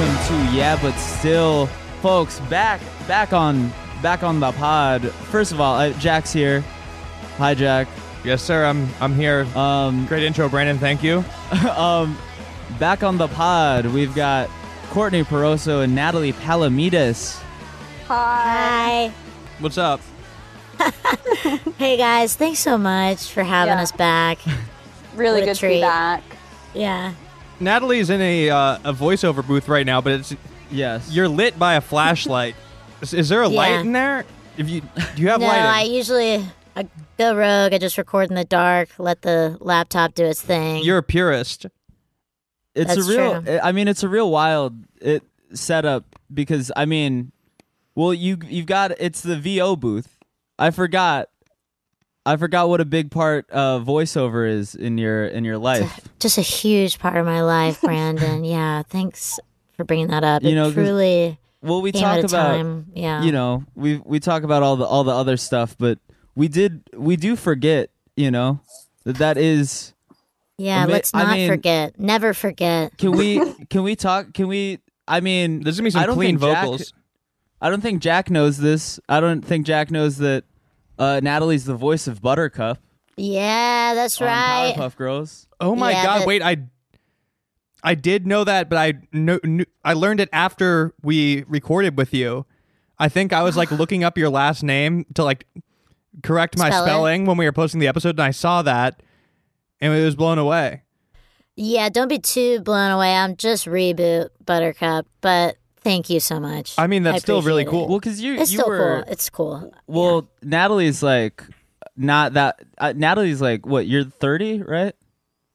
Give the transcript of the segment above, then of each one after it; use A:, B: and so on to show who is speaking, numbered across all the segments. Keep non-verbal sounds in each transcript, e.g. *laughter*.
A: Yeah, but still, folks, back back on back on the pod. First of all, uh, Jack's here. Hi, Jack.
B: Yes, sir. I'm I'm here. Uh,
A: Um,
B: Great intro, Brandon. Thank you.
A: um, back on the pod, we've got Courtney Peroso and Natalie Palamides.
C: Hi.
B: What's up?
D: Hey guys, thanks so much for having
C: Yeah.
A: *laughs*
D: us back.
C: Really
D: What a
C: good
D: treat.
C: feedback.
D: Yeah.
B: Natalie's in a uh, a voiceover booth right now, but it's
A: Yes,
B: you're lit by a
D: *laughs*
B: flashlight. is, is there a
D: Yeah.
B: light in there? If you do you have
D: No, I
B: lighting?
D: usually I go rogue. I just record in the dark, let the laptop do its thing.
B: You're a purist.
A: it's a
D: that's
A: real.
D: true.
A: I mean, it's a real wild it setup because I mean, well, you you've got it's the VO booth. I forgot. I forgot what a big part uh, voiceover is in your in your life.
D: just a huge part of
A: *laughs*
D: my life, Brandon. yeah, thanks for bringing that up.
A: You
D: You
A: know,
D: know,
A: 'cause
D: truly
A: Well, we
D: came
A: talk
D: at a
A: about
D: time. Yeah.
A: you know we we talk about all the all the other stuff but we did we do forget you know that that is
D: yeah,
A: ama-
D: let's
A: I
D: not
A: mean-
D: forget. Never forget.
A: can
D: *laughs*
A: we can we talk can we i mean
B: There's gonna be
A: I
B: some
A: don't
B: clean
A: think Jack-
B: vocals.
A: i don't think jack knows this i don't think jack knows that uh, natalie's the voice of buttercup
D: Yeah, that's
A: on
D: right.
A: powerpuff girls
B: oh my
D: Yeah,
B: god!
D: but-
B: Wait, I I did know that, but I kno- knew, I learned it after we recorded with you. I think I was
D: *gasps*
B: like looking up your last name to like correct my
D: Spell it.
B: spelling when we were posting the episode, and I saw that, and it was blown away.
D: Yeah, don't be too blown away. I'm just reboot Buttercup, but thank you so much.
B: I mean, that's still really
D: appreciate it.
B: cool.
A: well because you
D: It's
A: you
D: still
A: were
D: cool. It's cool.
A: well natalie's like not that uh, natalie's like what you're 30 right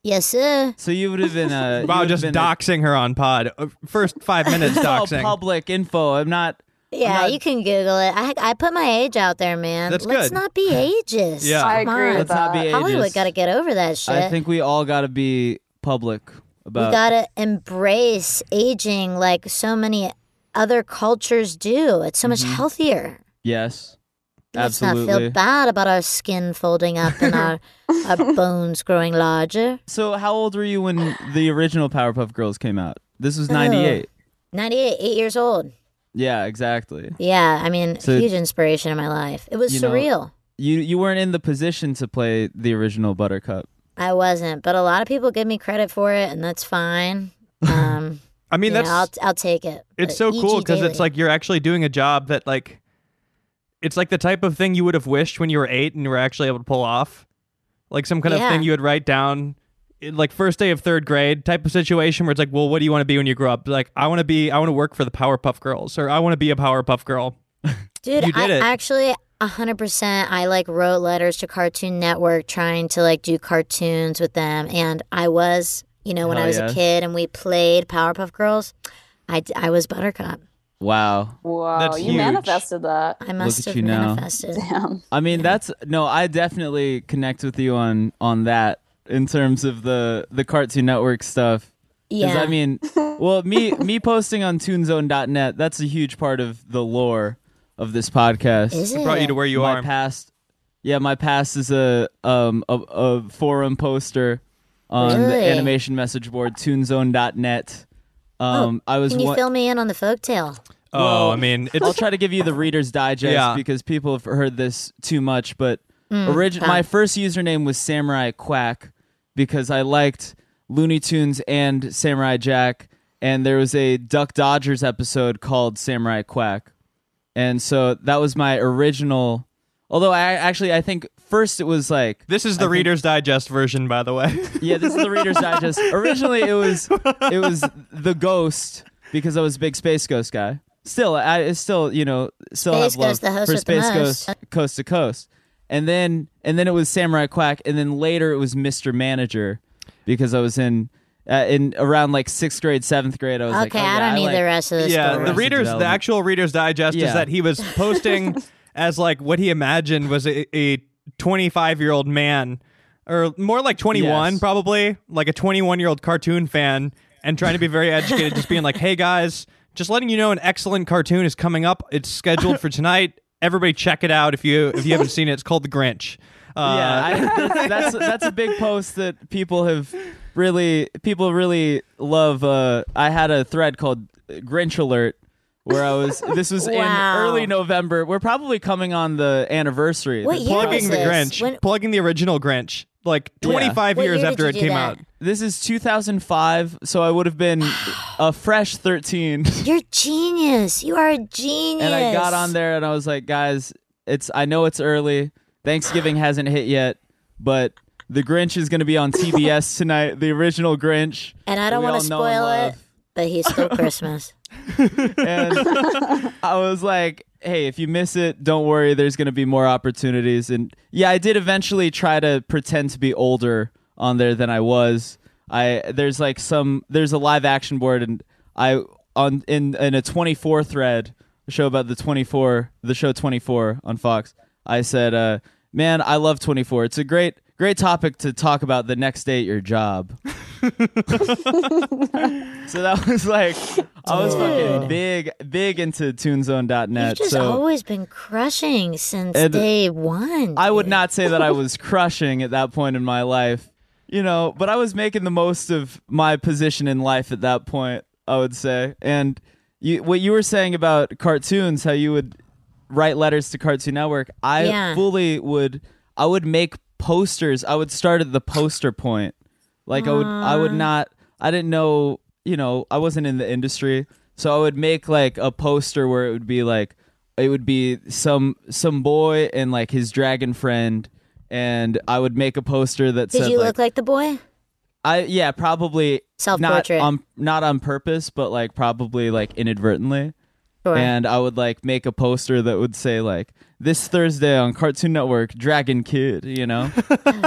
D: Yes, sir.
A: so you would have been uh, you
B: *laughs* Wow,
A: would've
B: just
A: been a-
B: doxing her on pod. Uh, First five minutes
A: all
B: doxing.
A: public info. I'm not.
D: Yeah,
A: not-
D: you can Google it. I, I put my age out there, man.
B: That's
D: Let's
B: good.
A: *laughs*
D: not be ageist.
B: Yeah.
C: I
D: Come
C: agree
D: on.
A: Let's
C: with
A: not
C: that.
A: be ageist.
D: Hollywood got to get over that shit.
A: I think we all got to be public
D: we
A: about.
D: got to embrace aging like so many other cultures do. It's so much healthier.
A: yes,
D: Let's not
A: Mm-hmm. absolutely.
D: feel bad about our skin folding up and our,
C: *laughs*
D: our bones growing larger.
A: So, how old were you when the original Powerpuff Girls came out? This was '98.
D: 98, eight years old.
A: Yeah, exactly.
D: Yeah, I mean,
A: So-
D: huge inspiration in my life. It was
A: You know-
D: surreal.
A: You you weren't in the position to play the original Buttercup.
D: I wasn't, but a lot of people give me credit for it, and that's fine. Um,
B: *laughs* I mean,
D: Yeah,
B: that's
D: I'll, I'll take it.
B: it's
D: Uh,
B: so
D: EG
B: cool because
D: Daily.
B: it's like you're actually doing a job that like it's like the type of thing you would have wished when you were eight and you were actually able to pull off, like some kind of
D: Yeah.
B: thing you would write down, in, like first day of third grade type of situation where it's like, well, what do you want to be when you grow up? Like, I want to be, I want to work for the Powerpuff Girls, or I want to be a Powerpuff Girl.
D: dude,
B: you did
D: I
B: it.
D: actually. 100% I like wrote letters to Cartoon Network trying to like do cartoons with them and I was, you know, when
A: Hell
D: I was
A: yeah.
D: a kid and we played Powerpuff Girls, I, d- I was Buttercup.
A: Wow.
C: Whoa,
B: That's
C: you
B: huge.
C: manifested that. *laughs*
D: I must
A: at
D: have
A: you now.
D: manifested.
C: Damn.
A: I mean, that's no. I definitely connect with you on on that in terms of the the Cartoon Network stuff. 'Cause,
D: Yeah.
A: I
D: *laughs*
A: mean, well, me me posting on TuneZone.net. That's a huge part of the lore of this podcast.
D: Is it?
B: Brought you to where you
A: my
B: are.
A: past yeah my past is a um a, a forum poster on the
D: Really? Oh,
A: animation message board tunezone.net um i was
D: Can you
A: one-
D: fill me in on the folktale?
B: oh,
A: Well,
B: I mean,
A: i'll
B: it's
A: try to give you the reader's digest
B: Yeah.
A: because people have heard this too much but origi- my first username was samurai quack because i liked looney tunes and samurai jack and there was a duck dodgers episode called samurai quack and so that was my original although i actually i think first it was like
B: this is the Reader's Digest version, by the way. *laughs*
A: yeah, this is the Reader's Digest. Originally, it was it was the Ghost because I was a big Space Ghost guy. Still, I it's still you know still
D: Space
A: have love
D: Ghost, the host
A: for
D: with the
A: Space
D: most.
A: Ghost coast to coast, and then and then it was Samurai Quack, and then later it was Mister Manager because I was in uh, in around like sixth grade, seventh grade. I was
D: Okay,
A: like, oh,
D: I
A: yeah,
D: don't need
A: like-
D: the rest of this
B: yeah,
D: story.
B: the readers, the
A: Development.
B: actual Reader's Digest
A: Yeah.
B: is that he
D: *laughs*
B: was posting as like what he imagined was a, a 25 year old man, or more like 21
A: Yes.
B: probably, like a 21 year old cartoon fan, and trying to be very educated, just being like, "Hey guys, just letting you know, an excellent cartoon is coming up. It's scheduled for tonight. Everybody, check it out if you if you haven't seen it. It's called The Grinch." Uh,
A: Yeah, I, that's, *laughs*
D: *laughs*
A: that's that's a big post that people have really people really love. Uh, I had a thread called Grinch alert where I
D: *laughs*
A: was. This was
D: Wow.
A: in early November. We're probably coming on the anniversary.
D: What year
B: plugging
D: was
B: the
D: this?
B: Grinch,
D: When-
B: plugging the original Grinch, like 25
D: What
B: years
D: year
B: after it
D: did you
B: came
D: do
B: out.
D: that?
A: This is 2005, so I would have been a fresh 13.
D: You're genius. You are a
A: *laughs*
D: genius.
A: And I got on there and I was like, guys, it's I know it's early. Thanksgiving hasn't hit yet, but the Grinch is going to be
D: *laughs*
A: on TBS tonight. The original Grinch.
D: And I don't
A: we
D: want
A: all
D: to
A: know and
D: spoil it,
A: love.
D: but
A: *laughs*
D: he stole Christmas.
A: And I was like, hey, if you miss it, don't worry. There's going to be more opportunities. And yeah, I did eventually try to pretend to be older on there than I was. I there's like some there's a live action board and I on in in a 24 thread a show about the 24 the show 24 on Fox. I said, uh, man, I love 24. It's a great great topic to talk about the next day at your job. So that *laughs* was like I was fucking big big into
D: You've
A: tunezone.net.
D: just
A: so
D: always been crushing since
A: And
D: day one.
A: I would
D: dude.
A: not say that
D: *laughs*
A: I was crushing at that point in my life, you know, but I was making the most of my position in life at that point, I would say. And you, what you were saying about cartoons, how you would write letters to Cartoon Network, I
D: Yeah.
A: fully would, I would make posters. I would start at the poster point. Like I would, I
D: Uh.
A: would not, I didn't know, you know, I wasn't in the industry. So I would make like a poster where it would be like, it would be some some boy and like his dragon friend, and I would make a poster that
D: Did
A: said
D: you
A: like,
D: look like the boy?
A: I yeah probably not
D: Self-portrait.
A: on not on purpose, but like probably like inadvertently.
D: Sure.
A: And I would like make a poster that would say like this Thursday on Cartoon Network, Dragon Kid, you
D: *laughs*
A: know.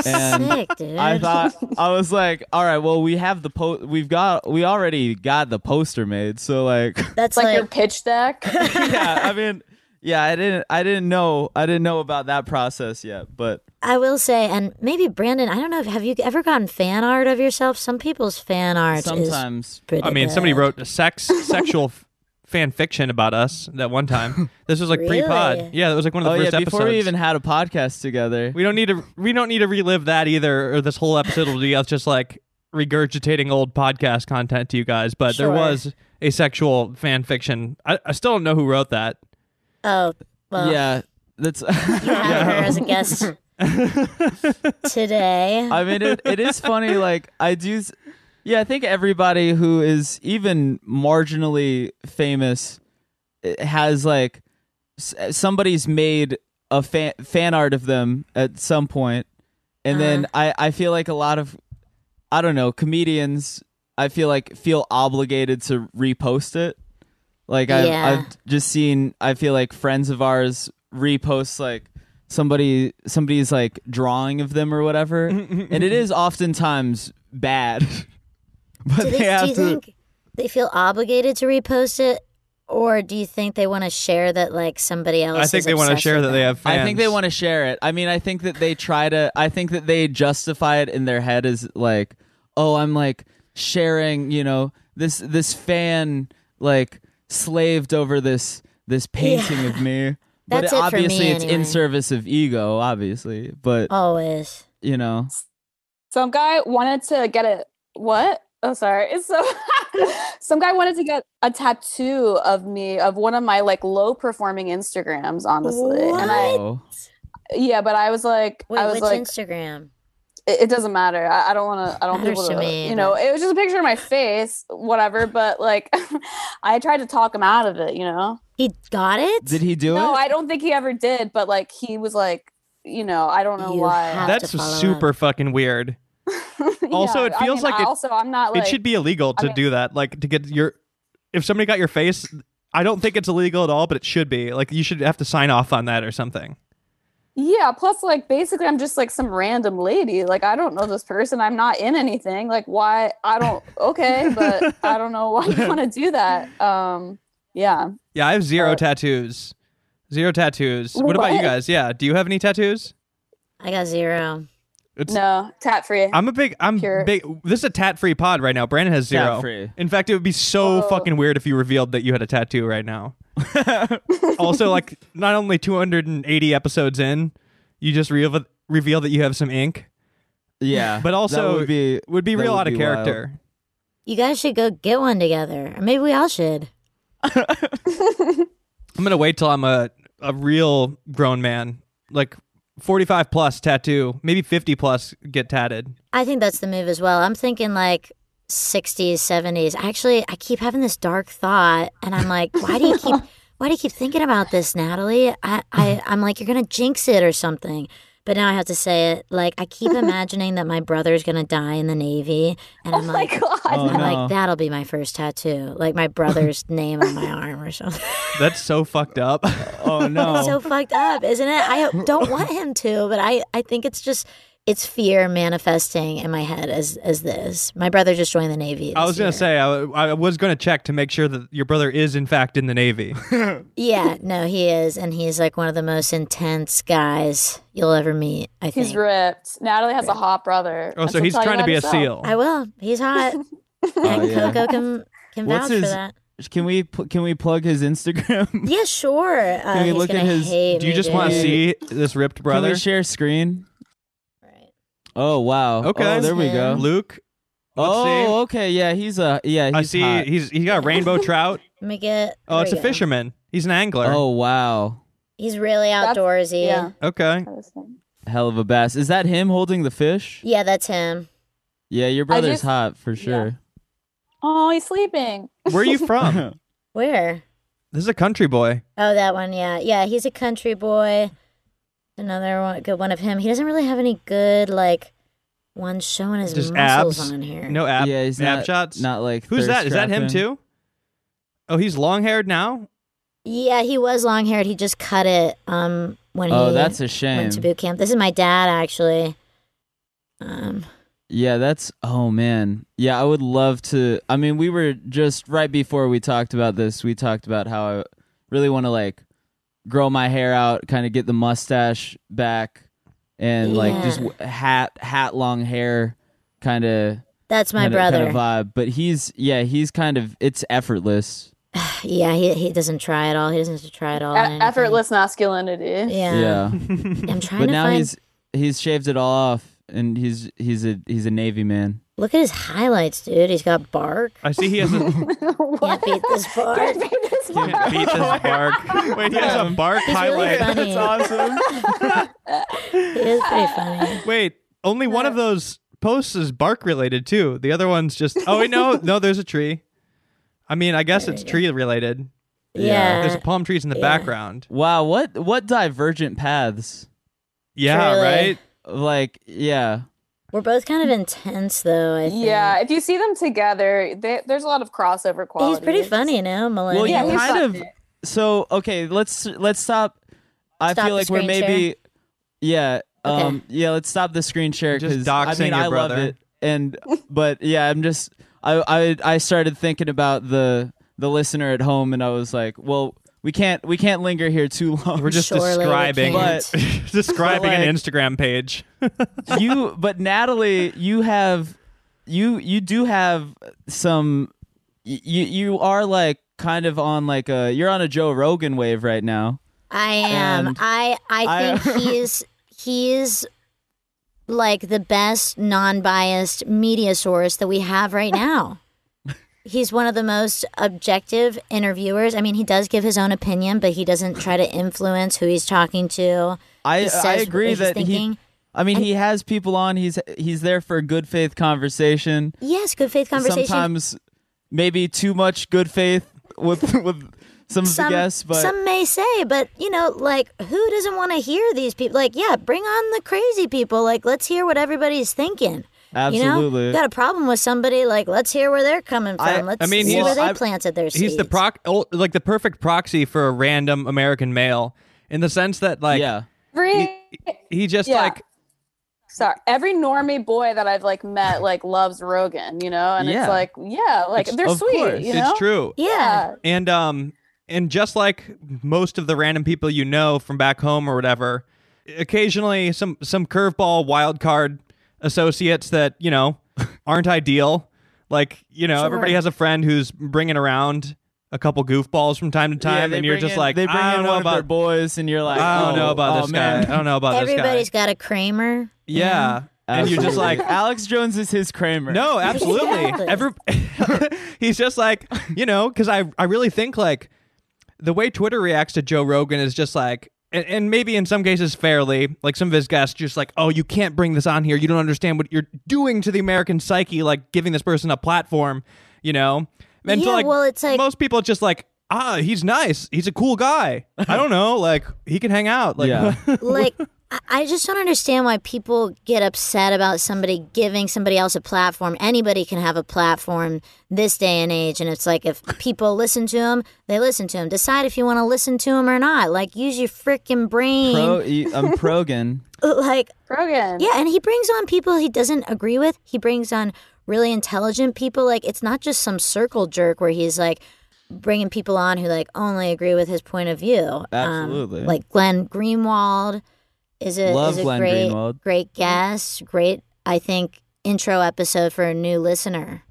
A: and
D: Sick, dude.
A: I thought I was like, all right, well we have the po- we've got we already got the poster made, so like *laughs*
D: That's
C: like,
D: like,
C: your pitch
D: *laughs*
C: deck.
A: yeah, I mean, yeah, I didn't, I didn't know, I didn't know about that process yet, but
D: I will say, and maybe Brandon, I don't know, if have you ever gotten fan art of yourself? Some people's fan art is
A: sometimes,
D: pretty
B: I mean, somebody
D: good.
B: wrote a sex sexual
D: *laughs*
B: f- fan fiction about us that one time. This was like pre-pod.
D: Really?
B: Yeah, that was like one of
A: oh yeah,
B: the first
A: before
B: episodes.
A: we even had a podcast together,
B: We don't need to. We don't need to relive that either. Or this whole episode will be us just like regurgitating old podcast content to you guys. But there
D: Sure.
B: was a sexual fan fiction. I, I still don't know who wrote that.
D: Oh, well,
A: yeah, that's,
D: you have her as a guest
A: *laughs*
D: today.
A: I mean, it, it is funny, like I do, s- yeah, I think everybody who is even marginally famous eh, has like s- somebody's made a fan fan art of them at some point, and
D: Uh-huh.
A: then I I feel like a lot of I don't know comedians I feel like feel obligated to repost it. Like I've,
D: Yeah.
A: I've just seen I feel like friends of ours repost like somebody somebody's like drawing of them or
D: *laughs*
A: whatever, and it is oftentimes bad. *laughs*
B: *laughs*
A: but
D: do,
A: they,
D: they, do
A: have
D: you
A: to.
D: think they feel obligated to repost it, or do you think they want to share that like somebody else?
B: I think
D: is
B: they want to
D: obsessed
B: share
D: with
B: that they
D: it?
B: have fans.
A: I think they want to share it. I mean, I think that they try to. I think that they justify it in their head as like, oh, I'm like sharing. You know, this this fan like slaved over this this painting of
D: *laughs*
A: me. But
D: That's
A: it-
D: it for me
A: obviously, it's in
D: anyway. Oh.
A: service of ego, obviously. But
D: always.
A: you know,
C: Some guy wanted to get a what? Oh, sorry. *laughs* It's so. Some guy wanted to get a tattoo of me of one of my like low performing Instagrams, honestly. And I
A: oh.
C: yeah, but I was like,
D: Wait,
C: I was
D: which
C: like,
D: Instagram?
C: it, it doesn't matter. I, I don't want to. I don't
D: Matters
C: people
D: to
C: to.
D: me,
C: you know, it was just a picture of my face, whatever. But like, *laughs* I tried to talk him out of it. You know,
D: He got it.
A: did he do
C: no,
A: *laughs* it?
C: I don't think he ever did. But like, he was like, you know, I don't know
D: You
C: why. *laughs*
D: have
B: That's
D: to follow
B: super fucking weird. Also, it
C: I
B: feels
C: mean,
B: like
C: I-
B: it-
C: also I'm not like
B: it should be illegal to
C: mean-
B: do that. Like to get your. If somebody got your face, I don't think it's illegal at all, but it should be. Like you should have to sign off on that or something.
C: Yeah, plus like basically I'm just like some random lady. Like I don't know this person. I'm not in anything. Like why I don't okay, but I don't know why you want to do that. Um yeah.
B: Yeah, I have zero
C: Uh,
B: tattoos. Zero tattoos. What? about you
C: What?
B: guys? Yeah, do you have any tattoos?
D: I got zero.
B: It's,
C: No, tat free.
B: I'm a big. I'm
C: Pure.
B: big. This is a tat free pod right now. Brandon has zero.
A: Tat-free.
B: In fact, it would be so
C: Oh.
B: fucking weird if you revealed that you had a tattoo right now. *laughs* also, like, not only 280 episodes in, you just reveal reveal that you have some ink.
A: Yeah,
B: But also,
A: that would be
B: Would be
A: that
B: real
A: would
B: out of
A: be
B: character.
D: you guys should go get one together. Or maybe we all should.
B: I'm gonna wait till I'm a a real grown man, like 45 plus tattoo, maybe 50 plus get tatted.
D: I think that's the move as well. I'm thinking like 60s, 70s. Actually, I keep having this dark thought, and I'm like, why do
C: *laughs*
D: you keep, why do you keep thinking about this, Natalie? I, I, I'm like, you're gonna jinx it or something. But now I have to say it. Like,
C: *laughs*
D: I keep imagining that my brother's gonna die in the Navy,
C: *laughs*
D: and
C: oh
D: I'm
C: my
D: like,
C: god.
A: Oh,
D: I'm
A: no.
D: like, that'll be my first tattoo, like my brother's name on my arm or something.
B: That's so fucked
A: *laughs*
B: up. *laughs*
A: Oh no.
D: It's *laughs* so fucked up, isn't it? I don't want him to, but I, I think it's just it's fear manifesting in my head as as this. My brother just joined the Navy.
B: I
D: this
B: was gonna
D: year.
B: say I, I was gonna check to make sure that your brother is in fact in the Navy. Oh,
D: Yeah, no, he is, and he's like one of the most intense guys you'll ever meet. I think
C: He's ripped. Natalie has a hot brother.
B: Oh,
C: and
B: so
C: she'll
B: he's
C: tell you
B: trying to
C: about
B: be a
C: herself.
B: SEAL.
D: I will.
C: *laughs*
D: He's hot.
A: Oh,
D: and
A: yeah.
D: Coco can can
A: What's
D: vouch
A: his-
D: for that.
A: Can we pl- can we plug his *laughs* Instagram?
D: Yeah, sure. Uh,
A: Can we
D: he's
A: look at
D: gonna
A: his-
D: hate
B: Do you
D: me,
B: just
D: dude.
B: want to see this ripped
A: Can
B: brother,
A: we share screen?
D: Right.
A: Oh wow.
B: Okay.
A: Oh, there we go.
D: Him.
B: Luke? Let's see.
A: oh, okay. Yeah, he's a yeah. He's
B: I see
A: hot.
B: he's he got a rainbow
D: *laughs*
B: trout.
D: Let me get.
B: Oh,
D: there
B: it's a
D: we go.
B: fisherman. He's an angler.
A: Oh wow,
D: He's really
C: That's- *laughs*
D: outdoorsy.
C: Yeah.
B: okay.
C: that was him.
A: hell of a bass. Is that him holding the fish?
D: yeah, that's him.
A: Yeah, your brother's
C: just-
A: hot for
B: *laughs*
A: sure.
C: Oh, he's sleeping.
B: Where are
D: *laughs*
B: you from?
D: Where?
B: this is a country boy.
D: Oh, that one, yeah. Yeah, he's a country boy. Another one, good one of him. He doesn't really have any good, like, one showing his
B: Just
D: muscles
B: abs?
D: on here.
B: No ab,
A: yeah, he's
B: ab
A: not,
B: shots.
A: Not like
B: Who's
A: thirst
B: that? Is that him
A: trapping.
B: too? Oh, he's long haired now.
D: Yeah, he was long haired. He just cut it um when
A: Oh,
D: he
A: that's a shame.
D: went to boot camp. This is my dad, actually. Um,
A: Yeah, that's oh man. Yeah, I would love to. I mean, we were just right before we talked about this. We talked about how I really want to like grow my hair out, kind of get the mustache back, and like
D: Yeah.
A: just w- hat hat long hair, kind of
D: that's my
A: kinda-
D: brother.
A: kinda vibe. But he's yeah, he's kind of it's effortless.
D: *sighs* yeah, he he doesn't try at all. He doesn't have to try at all.
C: E-
D: on anything.
C: effortless masculinity.
D: Yeah.
A: yeah,
D: I'm
A: *laughs*
D: trying
A: but
D: to
A: now
D: find.
A: he's he's shaved it all off, and he's he's a he's a navy man.
D: Look at his highlights, dude. He's got bark.
B: I see he has a
D: Can't
C: *laughs* what?
D: beat this
C: *laughs*
D: bark.
C: Can't beat this one.
B: beat this
C: *laughs*
B: bark. Wait, he has a bark
D: He's really
B: highlight.
D: funny.
A: awesome.
D: He is pretty funny.
B: Wait, only one of those posts is bark related too. The other one's just oh wait, no, no, there's a tree. I mean, I guess it's tree related.
A: Yeah.
D: Yeah.
B: There's palm trees in the background.
A: Wow, what what divergent paths?
B: Yeah,
D: Truly.
B: right. *laughs*
A: Like, yeah.
D: We're both kind of intense, though. I think.
C: Yeah, if you see them together, they, there's a lot of crossover quality.
D: He's pretty funny now, Melinda.
A: Well,
C: Yeah,
A: you
C: he's
A: kind of
C: funny.
A: so okay. Let's let's stop. I
D: Stop
A: feel
D: the
A: like we're
D: screen
A: maybe yeah
D: Okay.
A: um yeah. Let's stop the screen share
B: Just
A: because I
B: doxing
A: mean I
B: your
A: love
B: brother.
A: it and but yeah I'm just I I I started thinking about the the listener at home and I was like well we can't we can't linger here too long
B: We're just
D: Surely we
B: describing
A: can't.
B: describing
A: But,
B: an
A: like-
B: Instagram page.
A: you but Natalie, you have you you do have some y- you you are like kind of on like a you're on a Joe Rogan wave right now.
D: I am.
A: And
D: I I
A: I-
D: think
A: *laughs*
D: he's he's like the best non-biased media source that we have
A: *laughs*
D: right now. He's one of the most objective interviewers. I mean, he does give his own opinion, but he doesn't try to influence who he's talking to.
A: I
D: He says
A: I agree
D: what he's
A: that
D: thinking.
A: he I mean he has people on he's he's there for a good faith conversation.
D: Yes, good faith conversation.
A: Sometimes maybe too much good faith with *laughs* with some of the guests but
D: some may say, but you know, like who doesn't want to hear these people? Like, yeah, bring on the crazy people. Like, let's hear what everybody's thinking.
A: Absolutely.
D: You know, got a problem with somebody? Like, let's hear where they're coming from.
A: I-
D: let's
B: I mean,
D: see
B: he's-
D: where they
A: I-
D: planted their seeds.
B: He's the proc, oh, like the perfect proxy for a random American male in the sense that like
A: yeah.
C: Every,
B: he just
C: Yeah.
B: like
C: sorry, every normie boy that I've like met like loves Rogan, you know, and
A: Yeah. it's
C: it's like yeah, like
A: It's- they're
C: they're
A: of sweet,
C: sweet,
A: course. you
C: you know.
B: it's true.
D: Yeah.
B: And um and just like most of the random people you know from back home or whatever, occasionally some some curveball wild card associates that,
A: *laughs*
B: you know, aren't ideal. Like, you know, everybody has a friend who's bringing around a couple goofballs from time to
A: Yeah,
B: time
A: they
B: and you're
A: bring
B: just
A: in-
B: like
A: they bring
B: I
A: in
B: don't
A: one
B: know
A: of their
B: about
A: boys and you're like
B: I don't
A: oh,
B: know about
A: oh, *laughs*
B: this
A: man.
B: guy. I don't know about this guy.
D: Everybody's got a Kramer.
B: Yeah. And you're just like-
A: Alex Jones is his Kramer.
D: *laughs*
B: No, absolutely.
D: Exactly.
B: Every *laughs* he's just like you know because I I really think like the way Twitter reacts to Joe Rogan is just like. And, and maybe in some cases fairly, like some of his guests, just like, oh, you can't bring this on here. You don't understand what you're doing to the American psyche, like giving this person a platform, you know. And to,
D: Yeah,
B: like,
D: well, it's like-
B: most people, just like, ah, he's nice. He's a cool guy. I don't know, like he can hang out. Like,
A: *laughs*
B: *laughs*
A: Yeah.
D: like I- I just don't understand why people get upset about somebody giving somebody else a platform. Anybody can have a platform this day and age, and it's like if people listen to them, they listen to them. Decide if you want to listen to them or not. Like use your freaking brain.
A: Pro, e- I'm Progan.
D: *laughs* Like
C: Rogan.
D: yeah, and he brings on people he doesn't agree with. He brings on really intelligent people. Like it's not just some circle jerk where he's like bringing people on who like only agree with his point of view. Um,
A: Absolutely.
D: like Glenn Greenwald is a
A: Love
D: is a
A: Glenn
D: great
A: Greenwald.
D: great guest. Great, I think intro episode for a new listener.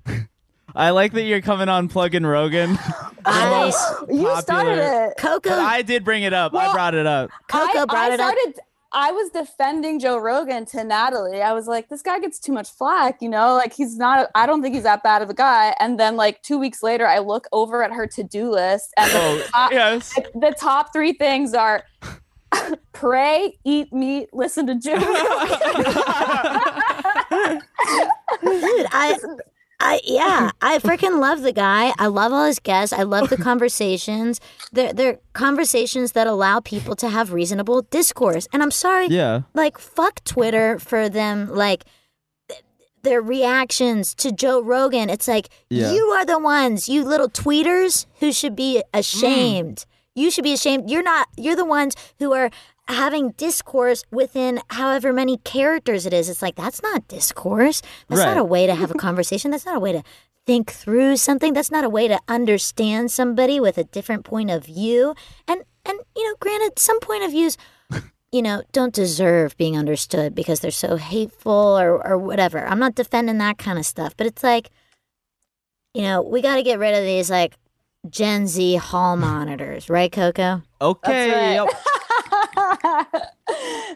A: I like that you're coming on Plugin Rogan. *laughs*
D: I,
C: you started
A: popular.
C: it.
D: Coco
A: But I did bring it up. I
C: Well,
A: brought it up.
D: Coco
C: I,
D: brought
C: I
D: it up.
C: started, I was defending Joe Rogan to Natalie. I was like, this guy gets too much flack, you know? Like, he's not, I don't think he's that bad of a guy. And then, like, two weeks later, I look over at her to do list, and
A: Oh,
C: the, top,
A: Yes.
C: the top three things are *laughs* pray, eat meat, listen to Joe
D: dude
A: *laughs*
D: i I, yeah, I freaking love the guy. I love all his guests. I love
A: *laughs*
D: the conversations. They're, they're conversations that allow people to have reasonable discourse. And I'm sorry,
A: Yeah.
D: like, fuck Twitter for them, like, th- their reactions to Joe Rogan. It's like,
A: Yeah.
D: you are the ones, you little tweeters, who should be
A: Mm.
D: ashamed. You should be ashamed. You're not, you're the ones who are having discourse within however many characters it is. It's like, that's not discourse. That's
A: Right.
D: not a way to have a conversation. That's not a way to think through something. That's not a way to understand somebody with a different point of view. And, and, you know, granted, some point of views you know, don't deserve being understood because they're so hateful or, or whatever. I'm not defending that kind of stuff, but it's like, you know, we got to get rid of these like Gen Z hall monitors, right, Coco?
A: Okay.
C: That's right.
A: yep.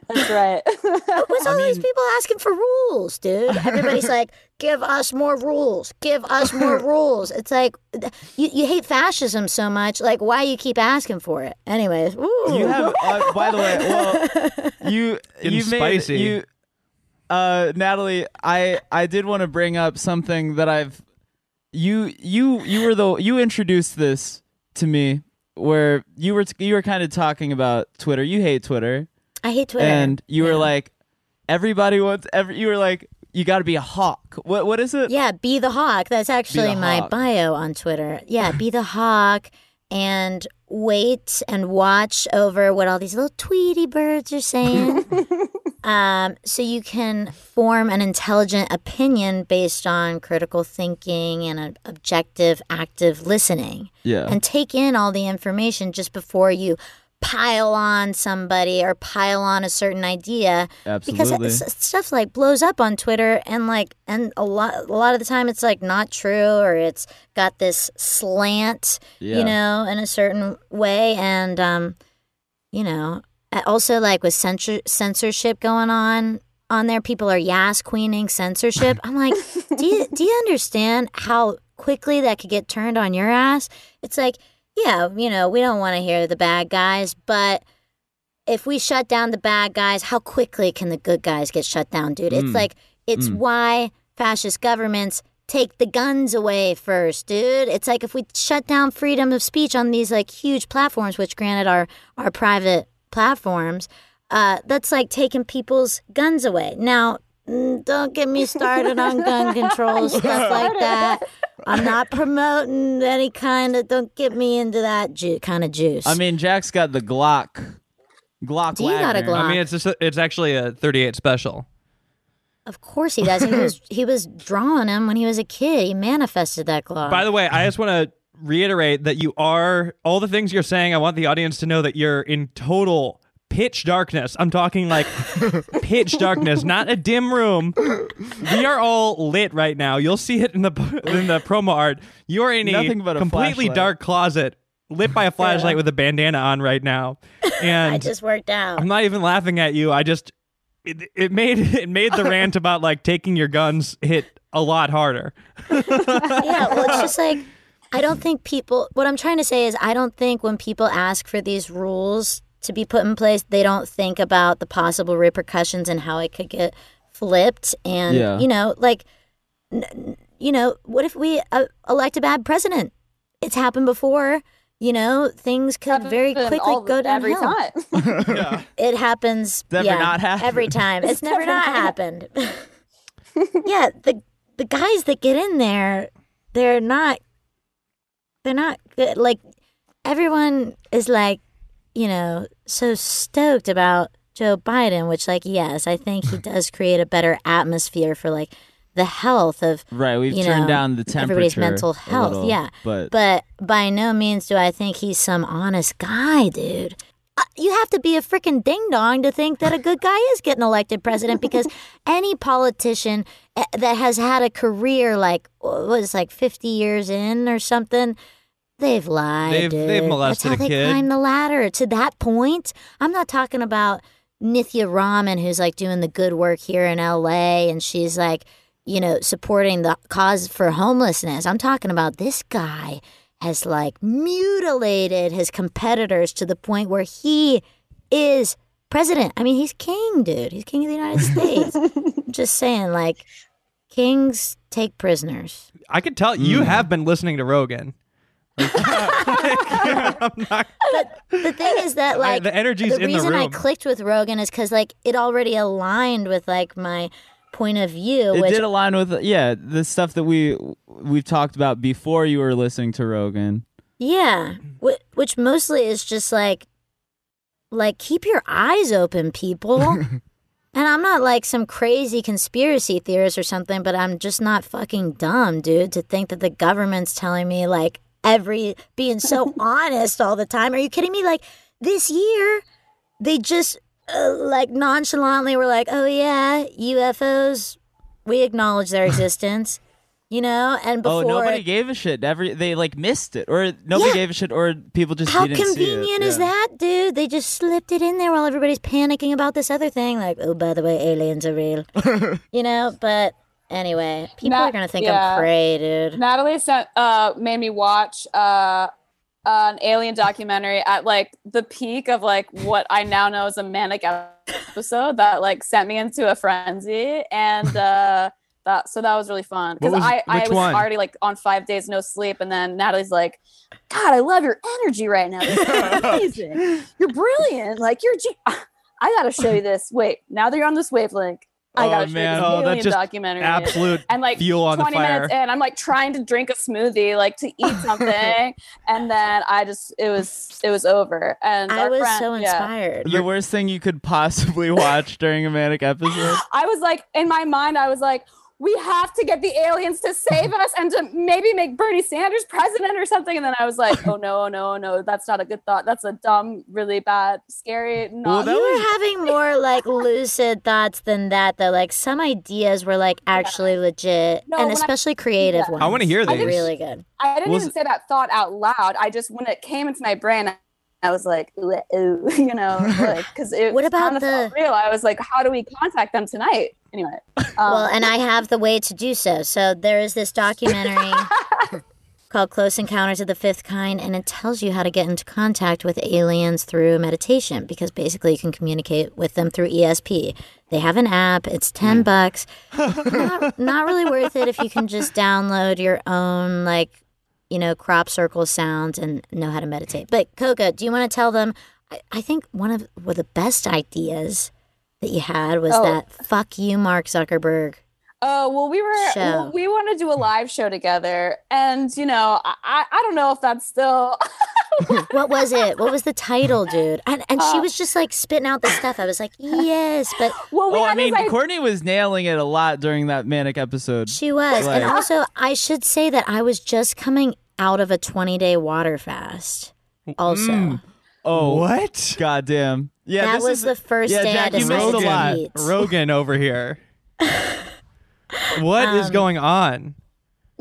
C: That's right.
D: What's all these people asking for rules, dude?
A: *laughs*
D: Everybody's like, give us more rules, give us more rules. It's like, th- you, you hate fascism so much. Like, why you keep asking for it? Anyways, ooh.
A: You
D: *laughs*
A: have. Uh, by the way, well, you
B: Getting
A: you made
B: spicy.
A: you. Uh, Natalie, I I did want to bring up something that I've you you you were the you introduced this to me where you were you were kind of talking about Twitter. You hate Twitter.
D: I hate Twitter.
A: and you were like, everybody wants. Every, you were like, you got to be a hawk. What what is it?
D: Yeah, be the hawk. That's actually my
A: hawk.
D: bio on Twitter. Yeah, be the hawk and wait and watch over what all these little Tweety birds are saying. um, so you can form an intelligent opinion based on critical thinking and an objective, active listening
A: Yeah.
D: and take in all the information just before you pile on somebody or pile on a certain idea because
A: Absolutely.
D: it's- it's stuff like blows up on Twitter and like and a lot a lot of the time it's like not true or it's got this slant
A: Yeah.
D: you know in a certain way and um you know I- also like with censor- censorship going on on there people are yas queening censorship
A: *laughs*
D: i'm like do you do you understand how quickly that could get turned on your ass it's like yeah you know we don't want to hear the bad guys but if we shut down the bad guys how quickly can the good guys get shut down dude it's like it's why fascist governments take the guns away first dude it's like if we shut down freedom of speech on these like huge platforms which granted are are private platforms uh, that's like taking people's guns away. Now, mm, don't get me started on gun control stuff like that. I'm not promoting any kind of. Don't get me into that ju- kind of juice.
A: I mean, Jack's got the Glock. Glock.
D: Do you got a
A: Wagner.
D: Glock?
B: I mean, it's just, it's actually a 38 special.
D: of course he does. He was *laughs* he was drawing him when he was a kid. He manifested that glow.
A: Um,
B: By the way, I just want to reiterate that you are all the things you're saying. I want the audience to know that you're in total pitch darkness. I'm
A: *laughs*
B: talking like pitch darkness, not a dim room. We are all lit right now. You'll see it in the in the promo art. You're in
A: Nothing but a
B: completely
A: flashlight.
B: dark closet, lit by
A: *laughs*
B: a flashlight with a bandana on right now. And *laughs*
D: I just worked out.
B: I'm not even laughing at you. I just it, it made *laughs* it made the rant about like taking your guns hit a lot harder.
D: yeah, well, it's just like I don't think people. What I'm trying to say is, I don't think when people ask for these rules to be put in place, they don't think about the possible repercussions and how it could get flipped. And
A: Yeah.
D: you know, like, n- n- you know, what if we uh, elect a bad president? It's happened before. You know, things could very
C: Happens
D: quickly
C: all-
D: go down
C: every time.
D: it happens
A: Never
D: yeah,
A: not happened.
D: every time. It's, never not happened. *laughs* yeah, the the guys that get in there, they're not they're not good. Like everyone is like, you know, so stoked about Joe Biden, which like yes, I think
A: *laughs*
D: he does create a better atmosphere for like the health of
A: Right, we've
D: you
A: turned
D: know,
A: down the temperature.
D: everybody's mental
A: a
D: health,
A: little,
D: yeah.
A: but,
D: but by no means do I think he's some honest guy, dude. Uh, You have to be a freaking ding dong to think that a good guy is getting elected president
A: *laughs*
D: because any politician eh, that has had a career like what was it, like fifty years in or something, they've lied.
B: They've-
D: dude.
B: they've molested a
D: That's how they
B: kid.
D: climb the ladder to that point. I'm not talking about Nithya Raman, who's like doing the good work here in L.A. and she's like, you know, supporting the cause for homelessness. I'm talking about this guy has like mutilated his competitors to the point where he is president. I mean, he's king, dude. He's king of the United States. I'm just saying, like, kings take prisoners.
B: I could tell you have been listening to Rogan. *laughs*
D: The thing is that,
B: I-
D: like,
B: the energy's in the
D: reason I
B: room.
D: clicked with Rogan is because, like, it already aligned with like my point of view.
A: it
D: which
A: did align with yeah the stuff that we we've talked about before you were listening to Rogan.
D: Yeah,
A: Mm-hmm.
D: Wh- which mostly is just like, like keep your eyes
A: *laughs*
D: open, people. and I'm not like some crazy conspiracy theorist or something, but I'm just not fucking dumb, dude, to think that the government's telling me like every
A: *laughs*
D: being so honest all the time. Are you kidding me? Like this year, they just uh, like nonchalantly were like, "Oh yeah, UFOs. We
A: *laughs*
D: acknowledge their existence." You know, and before
A: oh, nobody gave a shit. Every they like missed it, or nobody
D: Yeah.
A: gave a shit, or people just
D: How
A: didn't see it.
D: convenient is
A: Yeah.
D: that, dude? They just slipped it in there while everybody's panicking about this other thing. Like, oh, by the way, aliens are real. you know, but anyway, people
C: Not-
D: are going to think
C: yeah.
D: I'm cray, dude.
C: Natalie sent uh made me watch uh an alien documentary at like the peak of like what I now know as a manic episode that like sent me into a frenzy and
B: *laughs*
C: uh that so that was really fun
B: What
C: because
B: was-
C: I I
B: which
C: was
B: one?
C: already like on five days no sleep and then Natalie's like God I love your energy right now This
B: *laughs*
C: is amazing you're brilliant like you're ge- *laughs* I gotta show you this wait now that you're on this wavelength I
B: Oh,
C: gotta show
B: man.
C: you this
B: Oh, that
C: alien
B: just
C: documentary
B: Absolute
C: and like
B: fuel on the
C: 20
B: fire.
C: minutes in i'm like trying to drink a smoothie like to eat
B: *laughs*
C: something and then i just it was it was over and
D: I
C: our
D: was
C: friend-
D: so
C: yeah.
D: inspired.
A: The worst thing you could possibly
D: *laughs*
A: watch during a manic episode.
C: i was like in my mind i was like we have to get the aliens to save us and to maybe make bernie sanders president or something and then i was like oh no oh no oh no that's not a good thought that's a dumb really bad scary
A: Well,
C: not
A: that
D: you
A: was-
D: were *laughs* having more like lucid thoughts than that, though. Like some ideas were like actually legit,
C: No, when
D: and
C: I-
D: especially creative
C: yeah.
D: ones.
B: I wanna hear
D: Like,
B: these.
D: Really good.
C: I didn't
A: Was
C: even
A: it-
C: say that thought out loud. I just when it came into my brain, I was like, ooh, eh, ooh, *laughs*
A: *laughs*
C: you know, like because it
D: What about
C: kinda felt
D: the-
C: real? I was like, how do we contact them tonight? Anyway, um,
D: Well, and I have the way to do so. So there is this documentary called Close Encounters of the Fifth Kind, and it tells you how to get into contact with aliens through meditation because basically you can communicate with them through ESP. They have an app, it's 10 bucks. not, not really worth it if you can just download your own, like, you know, crop circle sounds and know how to meditate. But Coca, do you want to tell them? I, I think one of well, the best ideas that you had was
C: Oh.
D: that fuck you, Mark Zuckerberg.
C: Oh well, we were
D: Show.
C: well, we want to do a live show together, and you know, I I I don't know if that's still *laughs*
D: What was it? What was the title, dude? And, and she was just like spitting out the stuff. I was like, yes, but
C: well. We
A: Oh, I
C: had this
A: mean,
C: idea-
A: Courtney was nailing it a lot during that manic episode.
D: she was.
A: Right.
D: And also, I should say that I was just coming out of a 20 day water fast. Also,
A: Oh,
B: what?
A: goddamn! Yeah,
D: that
A: this
D: was
A: is,
D: the first
A: yeah,
D: day
A: Jack,
D: I
A: you missed
D: decided
A: a
D: to
A: lot.
D: eat.
B: Rogan over here. What is going on?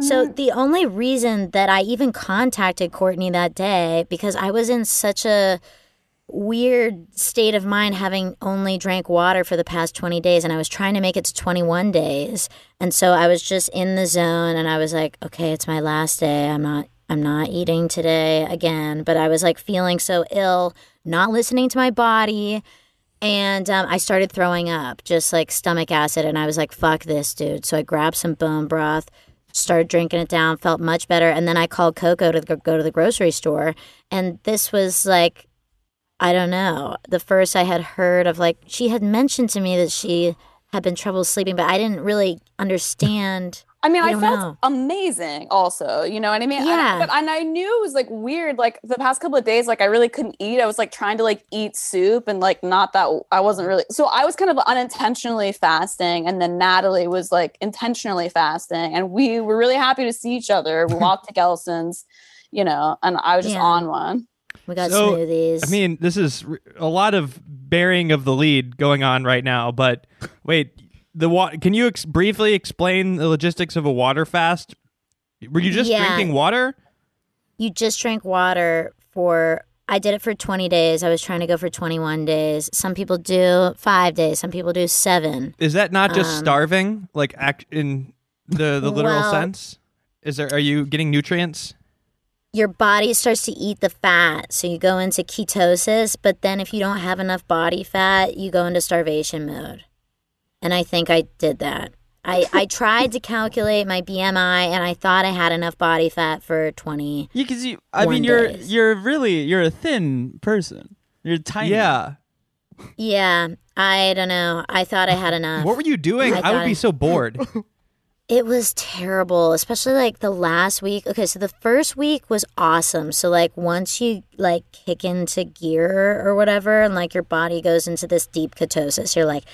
D: So the only reason that I even contacted Courtney that day because I was in such a weird state of mind having only drank water for the past 20 days and I was trying to make it to 21 days. And so I was just in the zone and I was like, okay, it's my last day. I'm not I'm not eating today again, but I was like feeling so ill, not listening to my body. And um, I started throwing up, just like stomach acid. And I was like, fuck this, dude. So I grabbed some bone broth, started drinking it down, felt much better. And then I called Coco to go to the grocery store. And this was like, I don't know, the first I had heard of like, she had mentioned to me that she had been trouble sleeping, but I didn't really
B: *laughs*
D: understand.
C: I mean, I
D: don't
C: felt
D: know.
C: amazing also. You know what I mean? And-
D: Yeah.
C: but, and I knew it was like weird. Like the past couple of days, like I really couldn't eat. I was like trying to like eat soup and like not that I wasn't really. So I was kind of unintentionally fasting. And then Natalie was like intentionally fasting. And we were really happy to see each other. We walked
D: *laughs*
C: to Gelson's, you know, and I was just
D: Yeah.
C: on one.
D: We got
B: So,
D: smoothies.
B: I mean, this is r- a lot of bearing of the lead going on right now. But wait, the wa- can you ex- briefly explain the logistics of a water fast? Were you just
D: Yeah.
B: drinking water?
D: you just drank water for I did it for 20 days. I was trying to go for 21 days. Some people do 5 days, some people do 7.
B: Is that not just
D: Um,
B: starving, like act in the the literal
D: Well-
B: sense? Is there are you getting nutrients?
D: Your body starts to eat the fat, so you go into ketosis, but then if you don't have enough body fat, you go into starvation mode. And I think I did that. I, I tried to calculate my BMI and I thought I had enough body fat for 20.
A: Yeah, because you. I
D: One
A: mean, you're
D: days.
A: you're really you're a thin person. You're tiny.
B: Yeah.
D: Yeah, I don't know. I thought I had enough.
B: What were you doing?
D: I
B: I would
D: got
B: be
D: it.
B: so
D: *laughs*
B: bored.
D: It was terrible, especially like the last week. Okay, so the first week was awesome. So like once you like kick into gear or whatever and like your body goes into this deep ketosis, you're like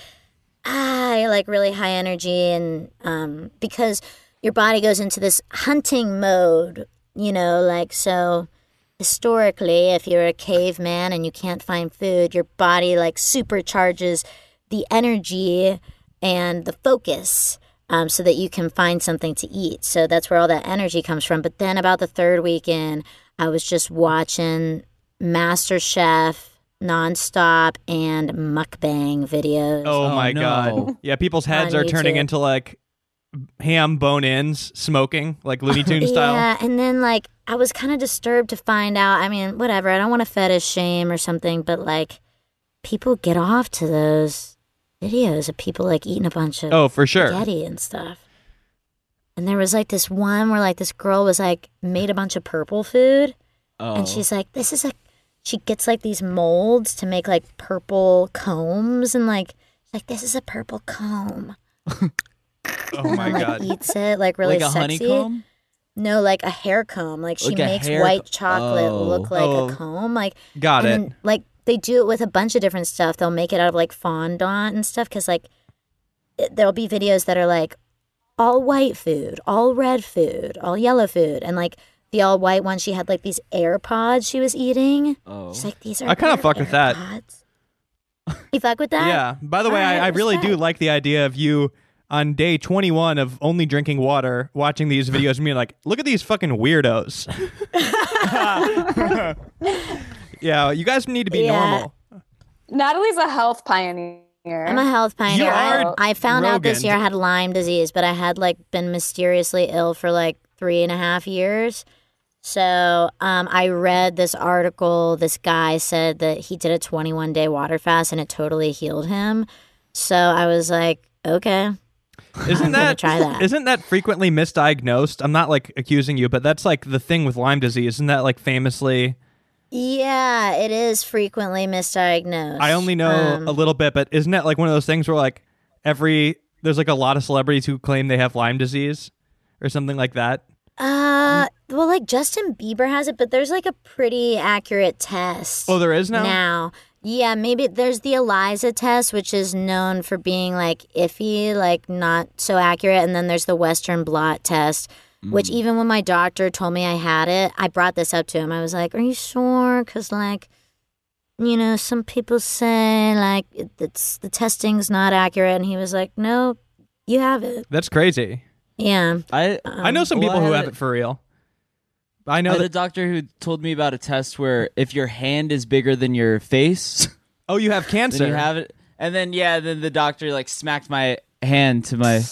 D: ah, you're like really high energy and um because your body goes into this hunting mode, you know, like so historically, if you're a caveman and you can't find food, your body like supercharges the energy and the focus um, so that you can find something to eat. So that's where all that energy comes from. But then about the third weekend, I was just watching MasterChef nonstop and mukbang videos.
B: Oh,
A: Oh,
B: my
A: no.
B: god. Yeah, people's heads
D: On
B: are turning
D: YouTube.
B: into like ham bone ins, smoking, like Looney Tunes style.
D: Yeah, and then like I was kind of disturbed to find out. I mean, whatever. I don't want to fetish shame or something, but like people get off to those videos of people like eating a bunch of
B: Oh, for sure.
D: spaghetti and stuff. And there was like this one where like this girl was like made a bunch of purple food,
A: Oh.
D: and she's like, "This is a." She gets like these molds to make like purple combs, and like like this is a purple comb.
B: Oh my
D: *laughs* and, like,
B: god.
D: Eats
B: *laughs*
D: it like really
A: like a
D: sexy.
A: honeycomb.
D: No, like a hair comb. Like she
A: Like a
D: makes
A: hair
D: white
A: co-
D: chocolate
A: Oh.
D: look like
B: Oh.
D: a comb. Like
B: Got
D: and
B: it.
D: Then, like they do it with a bunch of different stuff. They'll make it out of like fondant and stuff because like it, there'll be videos that are like all white food, all red food, all yellow food, and like the all white one. She had like these AirPods she was eating.
A: Oh.
D: She's like, these are.
B: I kinda
D: good
B: fuck with that.
D: AirPods." You fuck with that?
B: yeah. By the way,
D: I
B: I, I really do
D: respect.
B: like the idea of you on day 21 of only drinking water, watching these videos and being like, look at these fucking weirdos. *laughs*
D: *laughs*
B: yeah, you guys need to be
D: Yeah.
B: normal.
C: Natalie's a health pioneer.
D: I'm a health pioneer.
B: You
D: I-
B: are
D: I, found out this
B: Rogan.
D: year I had Lyme disease, but I had like been mysteriously ill for like three and a half years. So um, I read this article. This guy said that he did a 21 day water fast and it totally healed him. So I was like, okay, *laughs*
B: Isn't
D: gonna
B: that
D: try that.
B: isn't that frequently misdiagnosed? I'm not like accusing you, but that's like the thing with Lyme disease. Isn't that like famously?
D: yeah, it is frequently misdiagnosed.
B: I only know
D: Um,
B: a little bit, but isn't that like one of those things where like every there's like a lot of celebrities who claim they have Lyme disease or something like that?
D: uh, well, like Justin Bieber has it, but there's like a pretty accurate test.
B: Oh, there is now.
D: now. Yeah, maybe there's the ELISA test, which is known for being like iffy, like not so accurate. And then there's the Western blot test,
A: Mm.
D: which even when my doctor told me I had it, I brought this up to him. I was like, Are you sure? Because, like, you know, some people say like it- it's the testing's not accurate. And he was like, No, you have it.
B: That's crazy.
D: Yeah.
A: I
D: Uh,
B: I know some people
A: Um, Well, I
B: who
A: had
B: have it for real. I
A: I
B: know
A: had a
B: that.
A: doctor who told me about a test where if your hand is bigger than your face, *laughs*
B: Oh, you have
A: then
B: cancer.
A: you have it. And then yeah, then the doctor like smacked my hand to my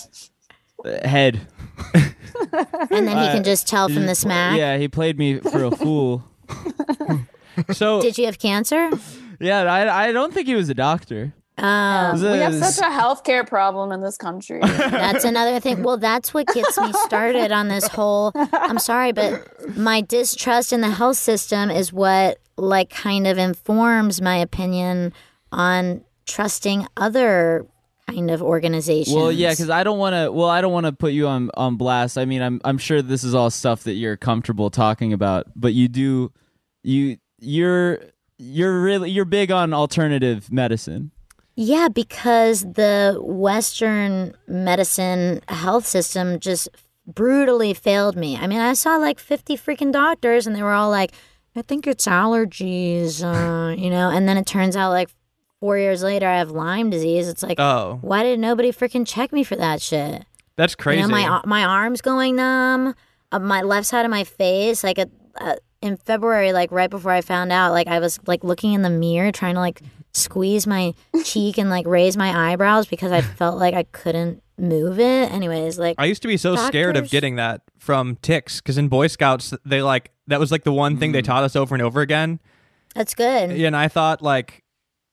A: uh, head.
D: And then he can
A: Uh,
D: just tell from the smack.
A: Yeah, he played me for a *laughs* fool.
B: so
D: Did you
A: *clears throat*
D: have cancer?
A: Yeah, I, I don't think he was a doctor.
D: Oh,
A: It was
C: we have
A: a-
C: such a healthcare problem in this country.
D: that's another thing. Well, that's what gets me started on this whole. I'm sorry, but my distrust in the health system is what, like, kind of informs my opinion on trusting other kind of organizations.
A: Well, yeah, because I don't want to. Well, I don't want to put you on on blast. I mean, I'm I'm sure this is all stuff that you're comfortable talking about, but you do, you you're you're really you're big on alternative medicine.
D: Yeah, because the Western medicine health system just brutally failed me. I mean, I saw like 50 freaking doctors, and they were all like, I think it's allergies, uh, you know? And then it turns out like four years later, I have Lyme disease. It's like,
B: Oh,
D: why did nobody freaking check me for that shit?
B: that's crazy.
D: You know, my ar- my arms going numb, uh, my left side of my face. Like a, uh in February, like right before I found out, like I was like looking in the mirror trying to like
B: *laughs*
D: squeeze my cheek and like raise my eyebrows because I felt like I couldn't move it. Anyways, like
B: I used to be so scared of
D: Doctors-
B: getting that from ticks because in Boy Scouts they like that was like the one thing they
A: Mm.
B: taught us over and over again.
D: that's good.
B: And I thought like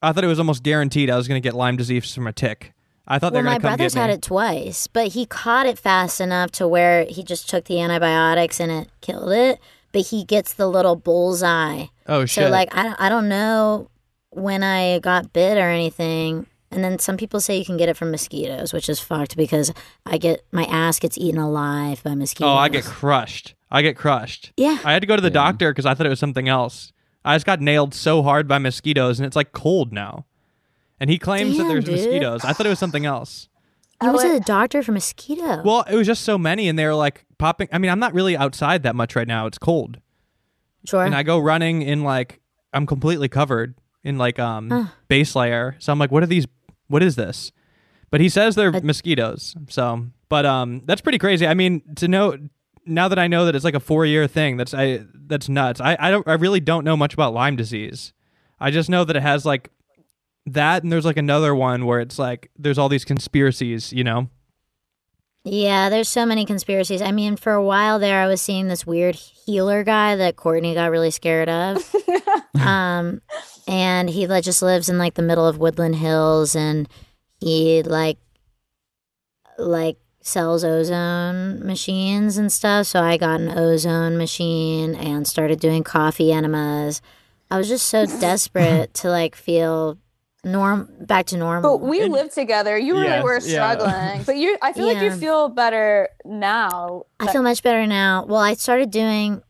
B: I thought it was almost guaranteed I was going to get Lyme disease from a tick. I thought
D: Well,
B: they were
D: my
B: going to come
D: brother's
B: get me.
D: had it twice, but he caught it fast enough to where he just took the antibiotics and it killed it. But he gets the little bullseye.
B: oh
D: So
B: shit!
D: like I don't, I don't know when I got bit or anything. And then some people say you can get it from mosquitoes, which is fucked because I get my ass gets eaten alive by mosquitoes.
B: oh, I get crushed. I get crushed.
D: Yeah.
B: I had to go to the doctor because I thought it was something else. I just got nailed so hard by mosquitoes, and it's like cold now. And he claims
D: Damn,
B: that there's
D: dude.
B: mosquitoes. I thought it was something else.
D: You went to
C: Alex-
D: the doctor for mosquito.
B: Well, it was just so many, and they were like popping. I mean, I'm not really outside that much right now. It's cold.
D: sure.
B: and I go running in like I'm completely covered in like um base layer. So I'm like, what are these? What is this? But he says they're mosquitoes. So, but um, that's pretty crazy. I mean, to know now that I know that it's like a four year thing. That's I that's nuts. I I don't I really don't know much about Lyme disease. I just know that it has like that, and there's like another one where it's like there's all these conspiracies. You know?
D: yeah, there's so many conspiracies. I mean, for a while there, I was seeing this weird healer guy that Courtney got really scared of. um, and he like just lives in like the middle of Woodland Hills, and he like like sells ozone machines and stuff. So I got an ozone machine and started doing coffee enemas. I was just so desperate to like feel norm back to normal.
C: But we lived together. You really
B: Yes,
C: were
A: yeah.
C: struggling, but you. I feel like you
D: Yeah.
C: feel better now.
D: I feel much better now. Well, I started doing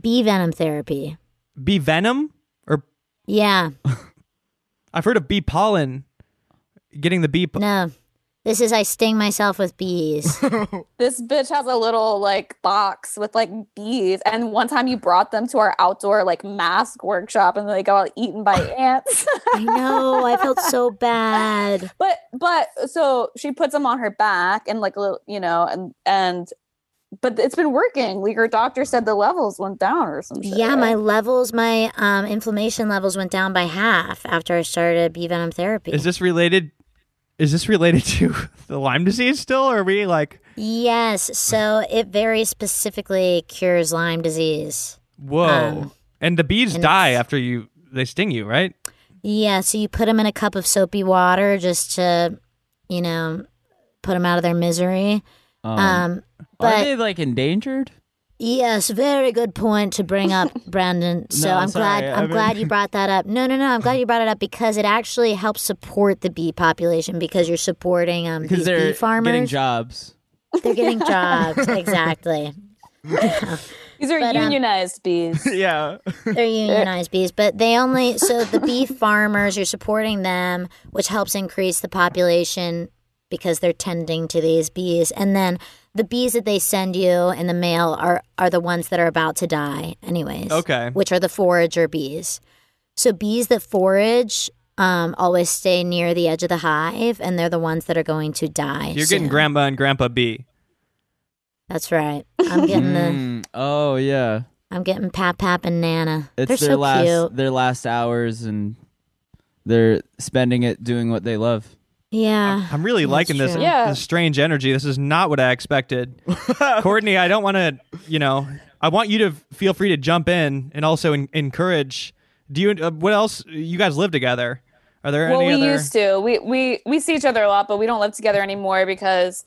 D: bee venom therapy.
B: Bee venom or
D: Yeah,
B: I've heard of bee pollen. Getting the bee. po-
D: no. This is I sting myself with bees.
C: This bitch has a little like box with like bees, and one time you brought them to our outdoor like mask workshop, and they got eaten
D: *laughs*
C: by ants. *laughs*
D: I know. I felt so bad.
C: but but so she puts them on her back, and like a little, you know, and and but it's been working. Like her doctor said, the levels went down or some shit.
D: Yeah, my
C: right?
D: levels, my um, inflammation levels went down by half after I started bee venom therapy.
B: Is this related? Is this related to *laughs* the Lyme disease still? Or are we like,
D: yes. So it very specifically cures Lyme disease.
B: whoa?
D: Um,
B: and the bees
D: and
B: die
D: it's-
B: after you they sting you, right?
D: Yeah. So you put them in a cup of soapy water just to, you know, put them out of their misery.
A: Um,
D: Um,
A: are
D: but
A: they like endangered?
D: Yes, very good point to bring
A: *laughs*
D: up, Brandon. So
A: No,
D: I'm
A: sorry,
D: glad
A: I
D: I'm
A: mean-
D: glad you brought that up. No, no, no. I'm glad you brought it up because it actually helps support the bee population because you're supporting um
A: Because
D: these
A: they're
D: bee farmers.
A: getting jobs.
D: They're
A: *laughs*
D: getting jobs. exactly.
C: these are
D: but, um,
C: unionized bees.
A: Yeah.
D: They're unionized bees, but they only so the
A: *laughs*
D: bee farmers you're supporting them, which helps increase the population because they're tending to these bees. And then the bees that they send you in the mail are are the ones that are about to die anyways.
B: Okay.
D: Which are the forager bees. So bees that forage um, always stay near the edge of the hive and they're the ones that are going to die.
B: You're getting
D: soon.
B: grandma and grandpa bee.
D: That's right.
B: Hmm.
D: I'm getting the
A: Mm, oh yeah,
D: I'm getting Pap Pap and Nana.
A: it's their
D: They're so
A: last
D: cute.
A: their last hours, and they're spending it doing what they love.
D: Yeah.
B: I'm really
D: That's
B: liking this.
D: true.
C: Yeah.
B: this strange energy. This is not what I
D: *laughs*
B: expected. Courtney, I don't want to, you know, I want you to feel free to jump in and also en- encourage. Do you, uh, what else? You guys live together. Are there
C: well,
B: any
C: we
B: other?
C: used to. We we we see each other a lot, but we don't live together anymore because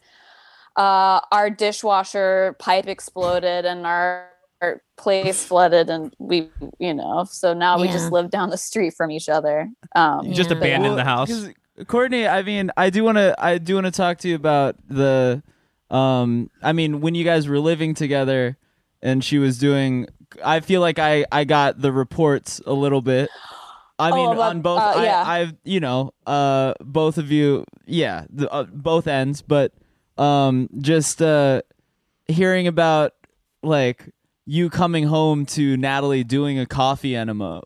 C: uh, our dishwasher pipe exploded and our, our place flooded, and we you know. So now we
D: Yeah.
C: just live down the street from each other. Um,
B: you just
D: Yeah.
B: abandoned the
A: Well,
B: house.
A: 'cause, Courtney, I mean, I do want to I do want to talk to you about the um I mean, when you guys were living together and she was doing I feel like I I got the reports a little bit. I
C: Oh,
A: mean,
C: about-
A: on both
C: uh,
A: I
C: yeah.
A: I've, you know, uh both of you, yeah, the, uh, both ends, but um just uh hearing about like you coming home to Natalie doing a coffee enema.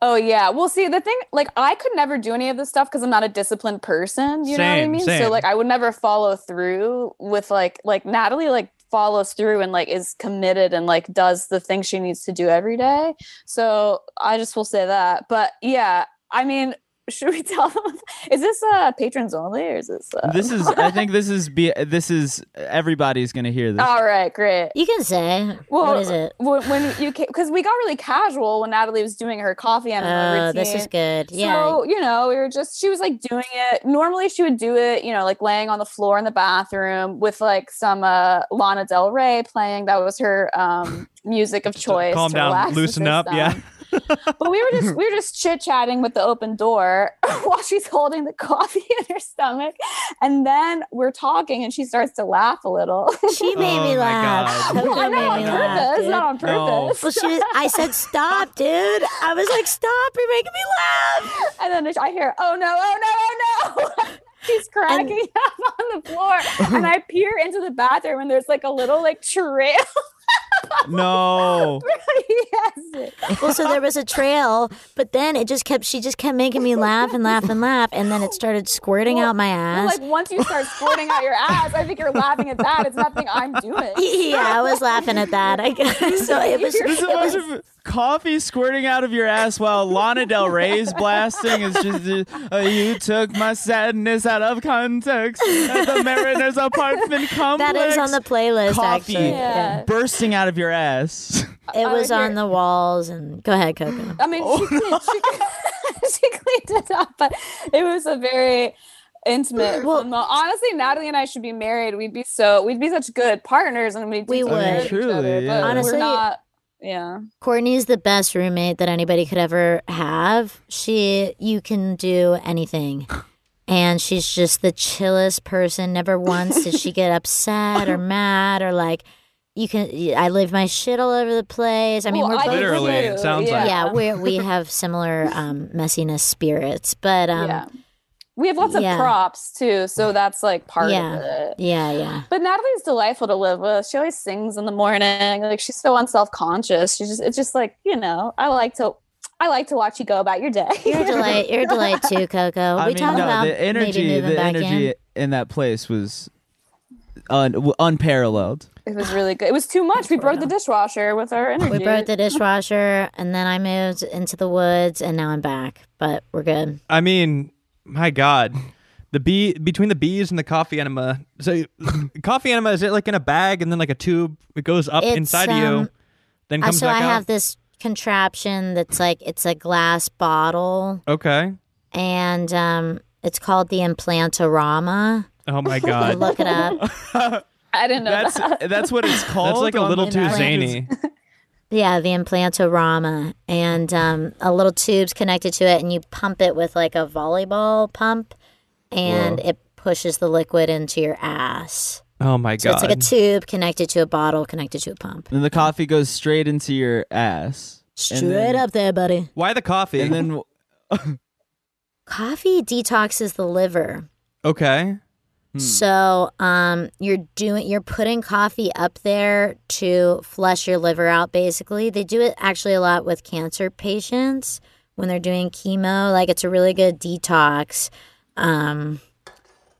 C: Oh yeah. Well, see, the thing, like, I could never do any of this stuff because I'm not a disciplined person. You know what I
B: Same,
C: mean? So
B: same.
C: like, I would never follow through with like, like Natalie like follows through and like is committed and like does the thing she needs to do every day. So I just will say that. But yeah, I mean, *laughs* should we tell them? Is this uh patrons only or is this? Uh...
A: this is I think this is be this is everybody's gonna hear this.
C: *laughs* All right, great.
D: You can say.
C: Well,
D: what is it?
C: When, when you because we got really casual when Natalie was doing her coffee
D: Oh,
C: enema routine.
D: this is good. Yeah.
C: So, you know, we were just, she was like doing it. Normally she would do it, you know, like laying on the floor in the bathroom with like some uh, Lana Del Rey playing. That was her
B: *laughs*
C: um, music of choice.
B: Calm
C: to
B: down,
C: relax the
B: loosen up.
C: system.
B: Yeah.
C: But we were just, we were just chit chatting with the open door *laughs* while she's holding the coffee *laughs* in her stomach. And then we're talking and she starts to laugh a little. *laughs*
B: *laughs*
D: she made
B: Oh
D: me
B: my
D: laugh.
B: God.
D: That
C: Well,
D: really
C: I know
D: made
C: on
D: me
C: purpose,
D: laugh. dude.
C: not on
A: No.
C: purpose.
D: Well, she was, I said, "Stop, dude!" I was like, "Stop! You're making me laugh."
C: And then I hear, oh no, oh no, oh no. *laughs* She's cracking *laughs* up on the floor. And
D: *laughs*
C: I peer into the bathroom and there's like a little like trail. *laughs*
D: Oh. *laughs*
B: No.
C: yes.
D: Well, so there was a trail, but then it just kept. She just kept making me laugh and laugh and laugh, and then it started squirting
C: Well,
D: out my
C: Well,
D: ass. *laughs*
C: like once you start squirting out your ass, I think you're laughing at that. It's nothing I'm
D: *laughs*
C: doing.
D: yeah, I was laughing at that.
C: *laughs*
D: I guess so. It was. It
A: Just
D: was.
A: imagine coffee squirting out of your ass while Lana Del Rey's blasting. It's just, uh, you took my sadness out of context at the Mariners apartment complex.
D: *laughs* That is on the playlist.
A: Coffee
D: Actually,
C: Yeah.
A: bursting out of your ass.
C: I
D: it was
C: would hear-
D: on the walls. And go ahead, Coco.
C: I mean, she, cleaned, she, she cleaned *laughs* it up, but it was a very intimate.
D: Well-
C: Well, honestly, Natalie and I should be married. We'd be so, we'd be such good partners, and we'd do
D: We
C: so
D: would.
C: good with each
A: Truly,
C: other,
A: yeah.
C: but
D: Honestly-
C: we're not. Yeah.
D: Courtney's the best roommate that anybody could ever have. She, you can do anything. And she's just the chillest person. Never once did she get upset or mad or like, you can, I leave my shit all over the place. I mean,
C: Well,
D: we're
C: I
D: both,
C: do
B: Literally,
C: too.
B: it sounds like.
D: yeah, we we have similar um, messiness spirits. But um,
C: yeah.
D: yeah.
C: We have lots
D: yeah.
C: of props too, so that's like part of
D: Yeah.
C: it.
D: yeah,
C: But Natalie's delightful to live with. She always sings in the morning. Like she's so unself conscious. She just it's just like, you know, I like to I like to watch you go about your day.
D: *laughs* You're a delight. You're a delight too, Coco.
A: I
D: we
A: mean,
D: talked
A: no,
D: about
A: the energy,
D: maybe moving
A: the
D: back
A: energy
D: in.
A: in that place was un- w- unparalleled.
C: it was really good. It was too much. We broke the dishwasher with our energy.
D: We
B: *laughs*
D: broke the dishwasher, and then I moved into the woods, and now I'm back. But we're good.
B: I mean, my God. The bee between the bees and the coffee enema.
D: *laughs*
B: So coffee enema is it like in a bag and then like a tube? It goes up
D: It's,
B: inside of
D: um,
B: you, then
D: I,
B: comes
D: so
B: back
D: I
B: out.
D: have this contraption that's like it's a glass bottle,
B: okay.
D: and um, it's called the implantorama.
B: Oh
D: *laughs*
B: my
D: You
B: God.
D: Look
B: *laughs*
D: it up.
C: I didn't know
A: That's
C: that. *laughs*
A: that's what it's called.
B: That's like a
A: on
B: little
A: the
B: too
A: package.
B: zany.
D: Yeah, the implantorama, and um, a little tube's connected to it, and you pump it with like a volleyball pump, and it pushes the liquid into your ass.
B: *laughs* Oh my
D: So
B: God.
D: it's like a tube connected to a bottle connected to a pump.
A: And the coffee goes straight into your ass.
D: Straight
A: then-
D: up there, buddy.
B: Why the coffee?
A: And
D: *laughs*
A: then
D: Coffee detoxes the liver.
B: okay.
D: So, um, you're doing you're putting coffee up there to flush your liver out. Basically, they do it actually a lot with cancer patients when they're doing chemo. Like it's a really good detox. Um,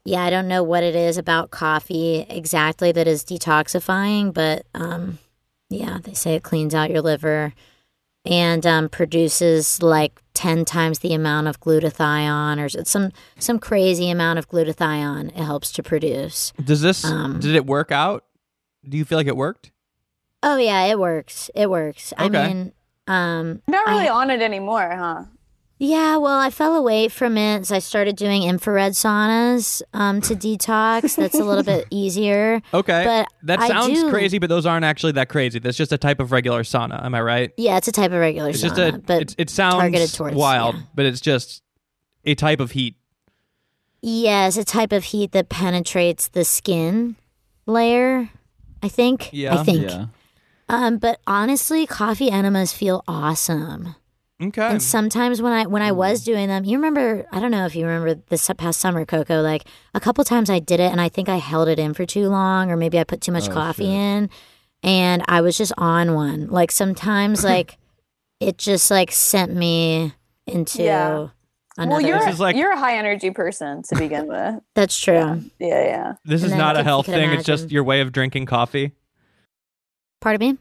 D: yeah, I don't know what it is about coffee exactly that is detoxifying, but um, yeah, they say it cleans out your liver and um, produces like 10 times the amount of glutathione or s- some some crazy amount of glutathione it helps to produce.
B: Does this
D: Um,
B: did it work out? Do you feel like it worked?
D: Oh yeah, it works. It works. I
B: Okay.
D: mean, um
C: I'm not
D: I-
C: really on it anymore, huh?
D: Yeah, well, I fell away from it. So I started doing infrared saunas um, to detox. That's a
B: *laughs*
D: little bit easier.
B: Okay.
D: But
B: that
D: I
B: sounds
D: do-
B: crazy, but those aren't actually that crazy. That's just a type of regular sauna, am I right?
D: Yeah, it's a type of regular
B: It's
D: sauna,
B: just a
D: but
B: it's, it sounds
D: targeted towards-
B: wild,
D: yeah.
B: but it's just a type of heat.
D: yeah, it's a type of heat that penetrates the skin layer. I think.
B: Yeah.
D: I think.
A: Yeah.
D: Um, but honestly, coffee enemas feel awesome.
B: Okay.
D: And sometimes when I when I was
B: Mm.
D: doing them, you remember? I don't know if you remember this past summer, Coco. Like a couple times I did it, and I think I held it in for too long, or maybe I put too much
A: Oh,
D: coffee
A: shit.
D: in, and I was just on one. Like
B: *clears throat*
D: sometimes, like it just like sent me into
C: Yeah.
D: another.
C: well, you're
B: This is like-
C: you're a high energy person to begin with.
D: That's true.
C: Yeah, yeah.
B: This is
D: and I
B: not a
D: think you
B: health
D: could
B: thing, it's just
D: imagine-
B: your way of drinking coffee.
D: Pardon me.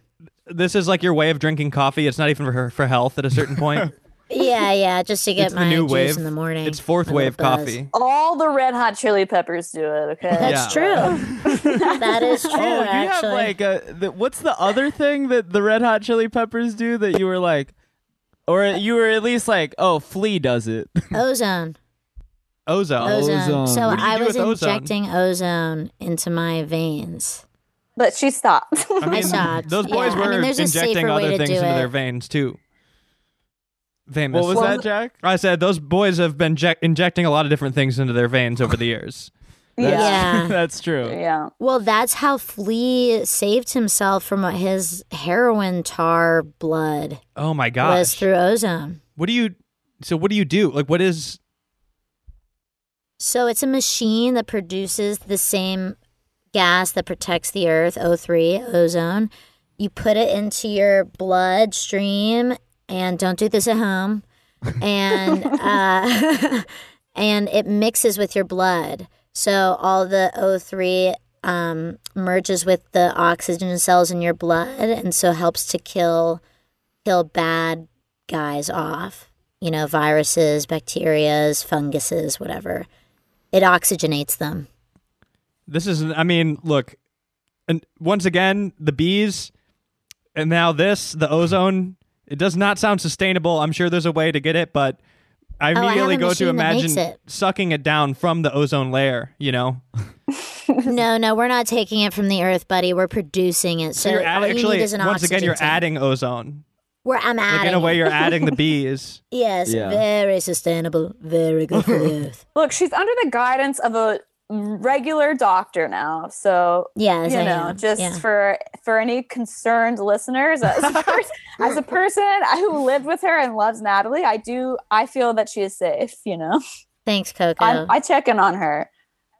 B: This is like your way of drinking coffee. It's not even for for health at a
A: *laughs*
B: certain point.
D: Yeah, yeah. Just to get
B: It's the
D: my
B: new
D: juice
B: wave.
D: in the morning.
B: it's fourth
D: my little
B: wave
D: buzz.
B: coffee.
C: All the Red Hot Chili Peppers do it. Okay.
D: That's true. *laughs* that is true.
A: Oh, do you have
D: actually.
A: like a, the, what's the other thing that the Red Hot Chili Peppers do that you were like, or you were at least like, oh, Flea does it. *laughs*
D: ozone.
B: Ozone.
D: ozone.
A: Ozone.
D: So
A: What
B: do you
D: I
B: do
D: was
B: with ozone?
D: injecting ozone into my veins.
C: But she stopped.
B: I mean,
D: stopped.
B: Those boys
D: Yeah, I
B: were
D: mean, there's a
B: injecting
D: safer way
B: other
D: to
B: things
D: do
B: into their
D: it.
B: veins too. Famous.
A: What was
C: Well,
A: that, Jack?
B: I said those boys have been je- injecting a lot of different things into their veins over the years.
C: *laughs* yeah.
D: Yeah.
A: *laughs* That's true.
C: Yeah.
D: Well, that's how Flea saved himself from his heroin tar blood
B: Oh my
D: was
B: gosh.
D: through ozone.
B: What do you? So what do you do? Like what is?
D: So it's a machine that produces the same gas that protects the earth, O3, ozone. You put it into your bloodstream, and don't do this at home. And uh, *laughs* and it mixes with your blood. So all the O3 um, merges with the oxygen cells in your blood, and so helps to kill kill bad guys off. You know, viruses, bacterias, funguses, whatever. It oxygenates them.
B: This is. I mean, look. And once again, the bees, and now this, the ozone. It does not sound sustainable. I'm sure there's a way to get it, but I
D: Oh, I have
B: immediately
D: a
B: go to
D: machine that makes
B: imagine
D: it.
B: sucking it down from the ozone layer. You know.
D: no, no, we're not taking it from the earth, buddy. We're producing it.
B: So
D: So,
B: you're add-
D: all you
B: actually
D: need is an
B: once again
D: oxygen
B: you're
D: tank.
B: adding ozone.
D: We're I'm
B: Like
D: adding.
B: in a way you're
D: *laughs*
B: adding the bees.
D: yes,
A: Yeah.
D: very sustainable, very good
B: *laughs*
D: for the earth.
C: Look, she's under the guidance of a regular doctor now. So
D: Yes,
C: you
D: I
C: know,
D: am.
C: just
D: yeah.
C: for for any concerned listeners, as a,
D: *laughs*
C: pers- as a person who lived with her and loves Natalie, I do I feel that she is safe. You know,
D: Thanks, Coco.
C: I'm, I check in on her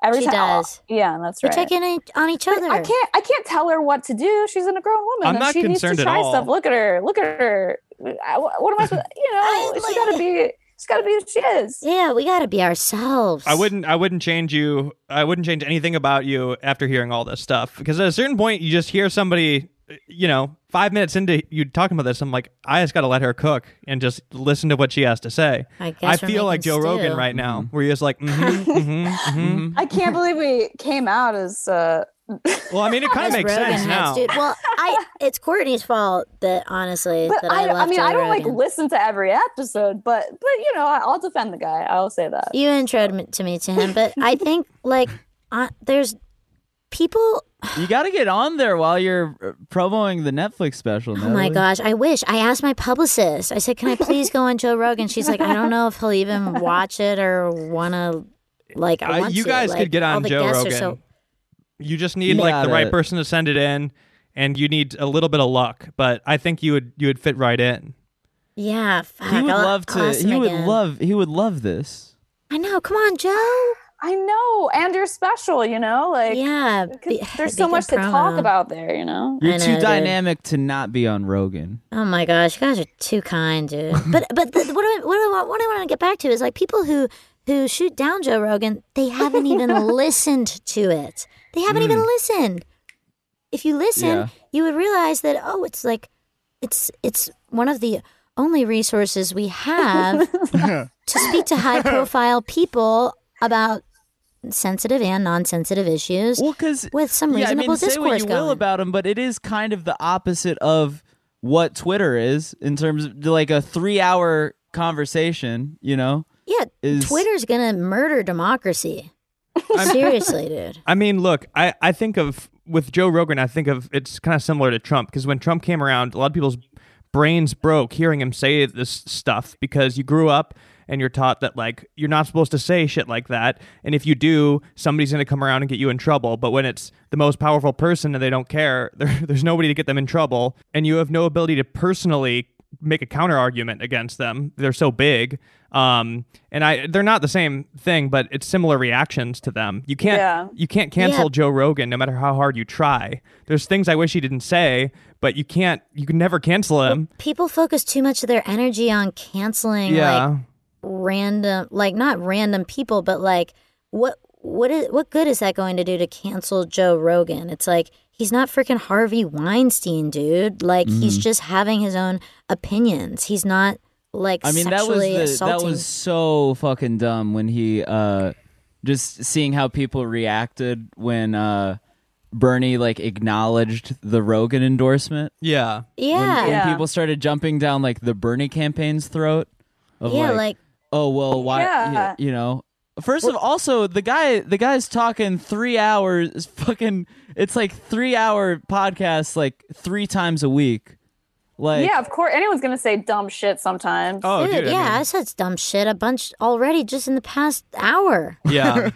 C: every
D: She
C: time.
D: does.
C: Yeah, that's
D: we're
C: right.
D: checking in on each
C: But
D: other.
C: I can't. I can't tell her what to do. She's an- a grown woman.
B: I'm
C: and
B: not
C: she
B: concerned
C: needs
B: at
C: to try
B: all.
C: stuff. Look at her. Look at her. I, wh- what am I supposed?
D: *laughs*
C: You know,
D: I-
C: she's got to be. She's got to be who she is.
D: Yeah, we gotta be ourselves.
B: I wouldn't I wouldn't change you I wouldn't change anything about you after hearing all this stuff. Because at a certain point you just hear somebody you know, five minutes into you talking about this, I'm like, I just gotta let her cook and just listen to what she has to say.
D: I, guess
B: I
D: we're
B: feel like
D: making
B: Joe
D: stew.
B: Rogan right now, where you're just like,
D: *laughs*
B: mm-hmm, mm-hmm, mm-hmm.
C: I can't believe we came out as. Uh,
B: well, I mean, it kind
D: As
B: of makes
D: Rogan
B: sense
D: heads,
B: now.
D: dude. Well,
C: *laughs*
D: I it's Courtney's fault that honestly
C: but
D: that I,
C: I, I,
D: left
C: mean,
D: Joe
C: I don't like
D: Rogan.
C: listen to every episode, but but you know, I- I'll defend the guy. I'll say that.
D: you introed me- to me to him, but
C: *laughs*
D: I think like uh, there's people
A: You got to get on there while you're uh, promoting the Netflix special.
D: Oh my gosh, I wish. I asked my publicist. I said, "Can I please go on Joe Rogan?" She's like, "I don't know if he'll even watch it or wanna like I
B: Uh,
D: want
B: you
D: to."
B: guys
D: Like,
B: could get
D: all
B: on
D: the
B: Joe
D: guests are
B: Rogan.
D: so-
B: You just need like the
A: Gotta-
B: right person to send it in, and you need a little bit of luck. But I think you would you would fit right in.
D: yeah, fuck,
A: He would
D: I'll-
A: love
D: I'll
A: to.
D: ask him
A: He would
D: again.
A: love. He would love this.
D: I know. Come on, Joe.
C: I know, and you're special. You know, like
D: yeah,
C: 'cause
D: be-
C: there's
D: be
C: so
D: good
C: much to
D: promo.
C: talk about there. You know.
A: You're
D: I know,
A: too
D: dude.
A: dynamic to not be on Rogan.
D: Oh my
A: *laughs*
D: gosh, you guys are too kind, dude. But but the, what do I, what do I, what I want to get back to is like people who who shoot down Joe Rogan, they haven't
A: *laughs*
D: even listened to it. They haven't even listened. If you listen,
A: Mm. Yeah.
D: you would realize that oh, it's like it's it's one of the only resources
A: *laughs*
D: we have to speak to high profile people about sensitive and non-sensitive issues
A: Well, because
D: with some
A: yeah, I
D: reasonable
A: mean, say
D: discourse
A: what you
D: going.
A: will about him, but it is kind of the opposite of what Twitter is in terms of like a three-hour conversation. You know,
D: yeah,
A: is-
D: Twitter's gonna
A: *laughs*
D: murder democracy. Seriously, dude.
B: I mean, look, I, I think of with Joe Rogan, I think of it's kind of similar to Trump because when Trump came around, a lot of people's brains broke hearing him say this stuff because you grew up and you're taught that like you're not supposed to say shit like that and if you do somebody's going to come around and get you in trouble but when it's the most powerful person and they don't care *laughs* there, there's nobody to get them in trouble and you have no ability to personally make a counter argument against them they're so big um and i they're not the same thing but it's similar reactions to them you can't
C: Yeah.
B: you can't cancel
D: Yeah.
B: Joe Rogan no matter how hard you try. There's things I wish he didn't say, but you can't. You can never cancel him.
D: People focus too much of their energy on canceling like
B: yeah,
D: random like not random people but like what what is what good is that going to do to cancel Joe Rogan? It's like he's not freaking Harvey Weinstein, dude. Like
A: Mm-hmm.
D: he's just having his own opinions. He's not like
A: I mean that was
D: sexually
A: the, that
D: assaulting.
A: was so fucking dumb when he uh, just seeing how people reacted when uh, Bernie like acknowledged the Rogan endorsement.
B: yeah.
D: yeah.
A: when,
D: yeah.
A: when
C: Yeah.
A: people started jumping down like the Bernie campaign's throat. Of
D: like,
A: like oh well why
C: Yeah.
A: you, you know first of also the guy the guy's talking three hours *laughs* is fucking it's like three hour podcasts like three times a week like
C: yeah, of course. Anyone's gonna say dumb shit sometimes.
B: Oh,
D: dude,
B: dude. I
D: yeah, I said dumb shit a bunch already just in the past hour.
B: mean-
C: *laughs*
B: yeah.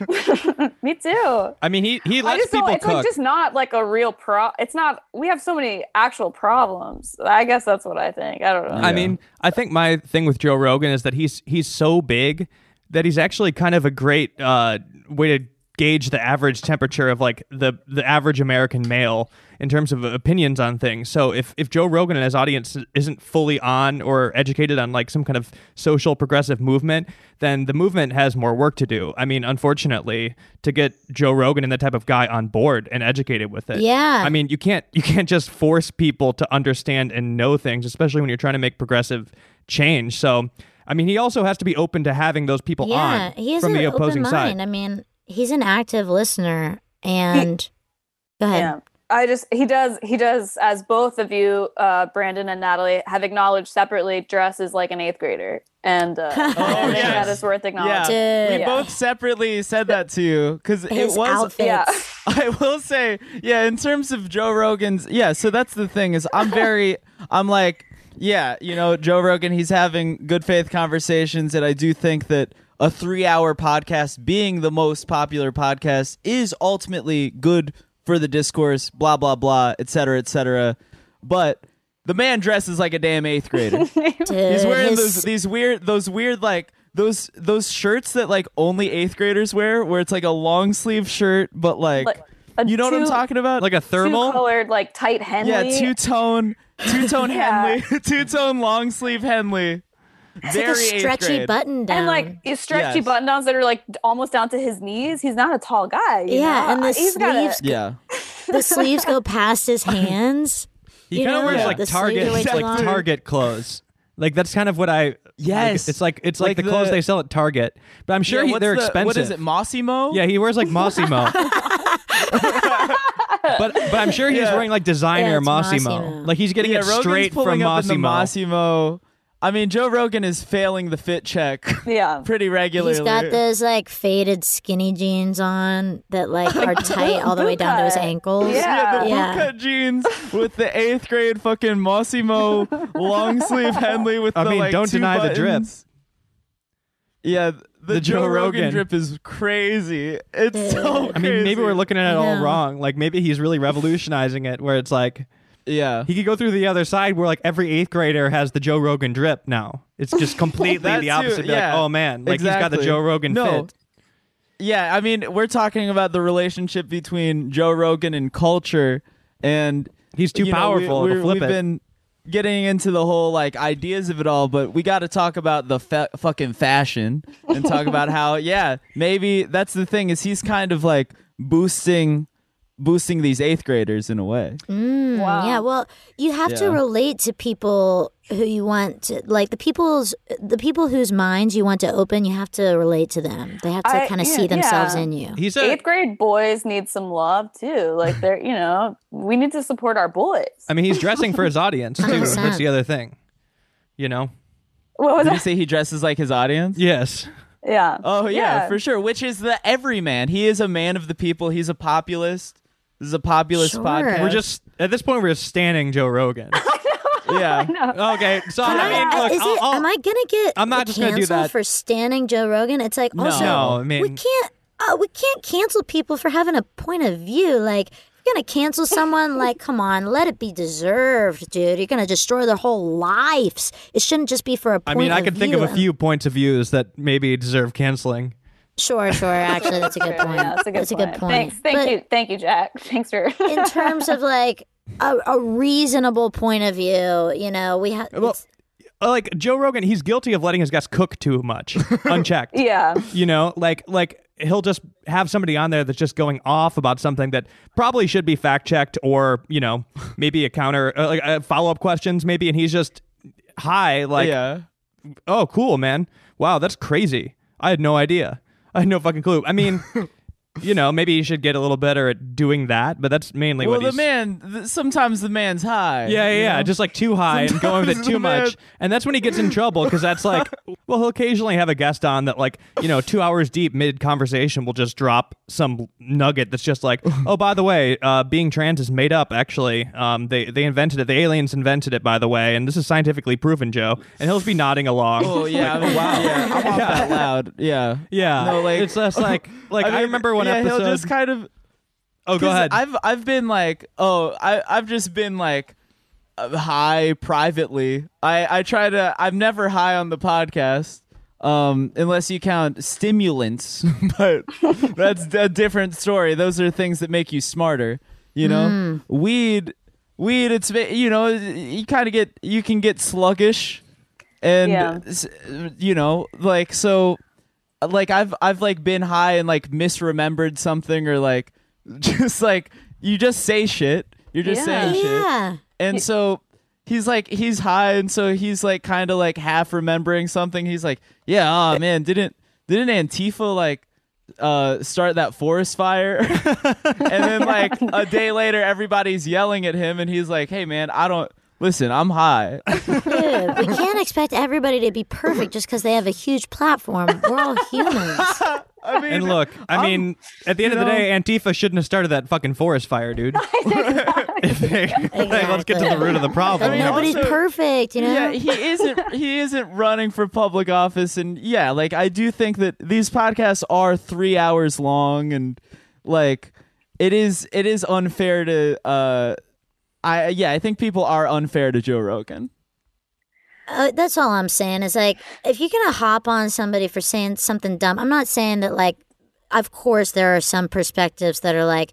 C: Me too.
B: I mean, he he
C: I
B: lets
C: just don't.
B: people
C: It's like
B: cook.
C: just not like a real pro. It's not. We have so many actual problems. I guess that's what I think. I don't know.
B: I mean, I think my thing with Joe Rogan is that he's he's so big that he's actually kind of a great uh, way to gauge the average temperature of like the the average American male in terms of opinions on things. So if if Joe Rogan and his audience isn't fully on or educated on like some kind of social progressive movement, then the movement has more work to do. I mean, unfortunately, to get Joe Rogan and that type of guy on board and educated with it.
D: Yeah.
B: I mean, you can't you can't just force people to understand and know things, especially when you're trying to make progressive change. So, I mean, he also has to be open to having those people
D: Yeah,
B: on
D: he has
B: from
D: an
B: the
D: open
B: opposing
D: mind. I
B: side.
D: mean, he's an active listener and go ahead.
C: Yeah. I just he does he does as both of you, uh, Brandon and Natalie, have acknowledged separately. Dresses like an eighth grader, and *laughs* uh, I think
A: yes.
C: that is worth
A: yeah,
C: acknowledging.
D: Dude.
A: we
C: Yeah.
A: both separately said that to you because it
D: His
A: was
C: *laughs*
D: outfits.
C: Yeah.
A: *laughs* I will say, yeah, in terms of Joe Rogan's, yeah, so that's the thing is I'm very, I'm like, yeah, you know, Joe Rogan, he's having good faith conversations, and I do think that a three hour podcast being the most popular podcast is ultimately good for the discourse, blah, blah, blah, et cetera, et cetera. But the man dresses like a damn eighth grader.
D: Dude,
A: He's wearing
D: his-
A: those these weird those weird like those those shirts that like only eighth graders wear, where it's like a long sleeve shirt, but like,
C: Like a
A: you know what I'm
C: two-
A: talking about?
B: Like a
C: Two
B: thermal.
C: colored like tight Henley.
A: yeah, two tone, two
C: *laughs*
A: tone *laughs*
C: Yeah.
A: Henley, two tone long sleeve Henley.
D: it's like
A: Very
D: a
A: eighth
D: stretchy
A: grade.
D: button down.
C: and like you stretchy
A: Yes.
C: button downs that are like d- almost down to his knees. He's not a tall guy. you
D: Yeah,
C: know?
D: and the
C: He's got a- *laughs*
D: sleeves-
A: Yeah,
D: the sleeves go
B: *laughs*
D: past his hands.
B: He
D: You
B: kind of
D: know,
B: wears
D: the-
B: like
D: the sleeve
B: Target,
D: way too
B: *laughs* like
D: long.
B: Target clothes. Like that's kind of what I.
A: Yes.
B: like, it's like it's like,
A: Like
B: the, clothes
A: the-
B: they sell at Target. But I'm sure
A: Yeah,
B: he-
A: what's
B: they're
A: the-
B: expensive.
A: What is it, Mossimo?
B: Yeah, he wears like
D: *laughs*
B: Mossimo. but but I'm sure he's
A: Yeah.
B: wearing like designer
D: Yeah, it's
B: Mossimo.
D: Mossimo.
B: Like he's getting
A: yeah.
B: it
A: Rogan's
B: straight
A: pulling
B: from
A: up in the
B: Mossimo.
A: Mossimo. I mean, Joe Rogan is failing the fit check *laughs*
C: yeah.
A: pretty regularly.
D: He's got those like faded skinny jeans on
C: *laughs*
D: that like are tight all the way down to his
C: bootcut.
D: ankles.
A: Yeah,
C: Yeah.
A: the
D: Yeah.
A: bootcut jeans with the eighth grade fucking Mossimo long sleeve Henley with
B: I
A: the
B: mean,
A: like
B: don't
A: two
B: deny the drip.
A: buttons. Yeah, th- the,
B: The
A: Joe,
B: Joe
A: Rogan.
B: Rogan.
A: drip is crazy. It's
D: Yeah.
A: so. Crazy.
B: I mean, maybe we're looking at it all
D: Yeah.
B: wrong. Like maybe he's really revolutionizing it, where it's like
A: Yeah,
B: he could go through the other side, where like every eighth grader has the Joe Rogan drip now. It's
A: *laughs*
B: just completely
A: That
B: the
A: too,
B: opposite. Be
A: yeah.
B: Like, oh man, like he's got the
A: Exactly.
B: Joe Rogan
A: No.
B: fit.
A: yeah. I mean, we're talking about the relationship between Joe Rogan and culture, and
B: He's too
A: you know, we-
B: powerful.
A: we,
B: It'll flip
A: have
B: it.
A: been getting into the whole like ideas of it all, but we got to talk about the fa- fucking fashion and talk
B: *laughs*
A: about how yeah maybe that's the thing is he's kind of like boosting boosting these eighth graders in a way.
D: Mm,
C: Wow.
D: Yeah, well, you have to
A: Yeah.
D: relate to people who you want to like the people's the people whose minds you want to open, you have to relate to them. They have to
C: I-
D: kind of
C: yeah,
D: see themselves
C: yeah.
D: in you.
B: He's a.
C: Eighth grade boys need some love too. Like they're, you know, we need to support our boys.
B: *laughs* I mean, he's dressing for his audience too.
D: 100%.
B: That's the other thing. You know.
C: What was
A: Did
C: *laughs*
A: you
C: that?
A: say he dresses like his audience?
B: Yes.
C: Yeah.
A: Oh yeah, for sure. Which is the everyman. He is a man of the people. He's a populist. This is a populist
D: Sure.
A: podcast.
B: We're just at this point. We're just standing Joe
A: *laughs*
B: Rogan.
A: yeah.
B: okay. So I, mean,
D: I-
B: look,
D: is
B: I'll-
D: it,
B: I'll-
D: am I gonna get
B: I'm not
D: like,
B: just gonna do
D: canceled
B: that.
D: for standing Joe Rogan? It's like also
B: No, I
D: we
B: mean-
D: can't uh, we can't cancel people for having a point of view. Like if you're gonna
C: *laughs*
D: cancel someone, like come on, let it be deserved, dude. You're gonna destroy their whole lives. It shouldn't just be for a
B: I
D: point
B: mean, I
D: of
B: could think of
D: view.
B: a few points of views that maybe deserve canceling.
D: Sure,
C: *laughs*
D: sure. Actually, that's a good point.
C: Yeah, that's a good
D: that's
C: point.
D: a good point.
C: Thanks, thank
D: But-
C: you, thank you, Jack. *laughs* Thanks for.
D: in terms of like a, a reasonable point of view, you know, we have.
B: Well, Uh, like Joe Rogan, he's guilty of letting his guests cook too
A: *laughs*
B: much, unchecked.
C: yeah.
B: You know, like like he'll just have somebody on there that's just going off about something that probably should be fact checked or you know *laughs* maybe a counter uh, like uh, follow up questions maybe, and he's just high like
A: yeah.
B: oh cool man wow that's crazy I had no idea I had no fucking clue
A: *laughs*
B: I mean. You know, maybe he should get a little better at doing that, but that's mainly
A: Well,
B: what
A: the
B: he's.
A: man. Th- sometimes the man's high.
B: Yeah, yeah,
A: you
B: yeah.
A: know?
B: Just like too high and going with it
A: Sometimes *laughs*
B: too
A: the man-
B: much. And that's when he gets in trouble because
A: *laughs*
B: that's like, well, he'll occasionally have a guest on that, like, you know, two hours deep mid conversation will just drop some nugget that's
A: *laughs*
B: just like, oh, by the way, uh, being trans is made up, actually. Um, they, they invented it. The aliens invented it, by the way. And this is scientifically proven, Joe. And he'll just be nodding along.
A: Oh yeah. I mean,
B: wow.
A: Yeah. I'm not
B: Yeah.
A: that loud. Yeah.
B: *laughs* Yeah.
A: No, like
B: it's
A: *laughs*
B: just like, like I,
A: mean,
B: remember one
A: yeah,
B: episode.
A: He'll just kind of.
B: oh, go
A: 'cause
B: ahead.
A: I've I've been like oh I I've just been like uh, high privately. I I try to I'm never high on the podcast. Um, unless you count stimulants, *laughs* but that's a different story. Those are things that make you smarter. You know,
B: Mm.
A: weed, weed. It's ve- you know you kind of get you can get sluggish, and
C: Yeah.
A: s- you know like so like I've I've like been high and like misremembered something or like *laughs* just like you just say shit. You're just
C: Yeah.
A: saying shit.
D: yeah.
A: And so he's like he's high and so he's like kind of like half remembering something. He's like, "Yeah, oh man, didn't didn't Antifa like uh start that forest fire?" *laughs* and then like a day later everybody's yelling at him and he's like, "Hey man, I don't listen, I'm high."
C: *laughs*
D: Dude, we can't expect everybody to be perfect just because they have a huge platform.
C: *laughs*
D: We're all
A: *laughs*
D: humans.
A: I mean,
B: and look, I mean, at the end of the
A: know-
B: day, Antifa shouldn't have started that fucking forest fire,
D: *laughs*
B: dude. *laughs* Like, *laughs* let's get to the root of the problem.
D: But nobody's
A: also-
D: perfect, you know.
A: Yeah, he *laughs* isn't. he isn't running for public office, and yeah, like I do think that these podcasts are three hours long, and like it is. It is unfair to. uh I yeah, I think people are unfair to Joe Rogan.
D: Uh, that's all I'm saying is like if you're gonna hop on somebody for saying something dumb, I'm not saying that like of course there are some perspectives that are like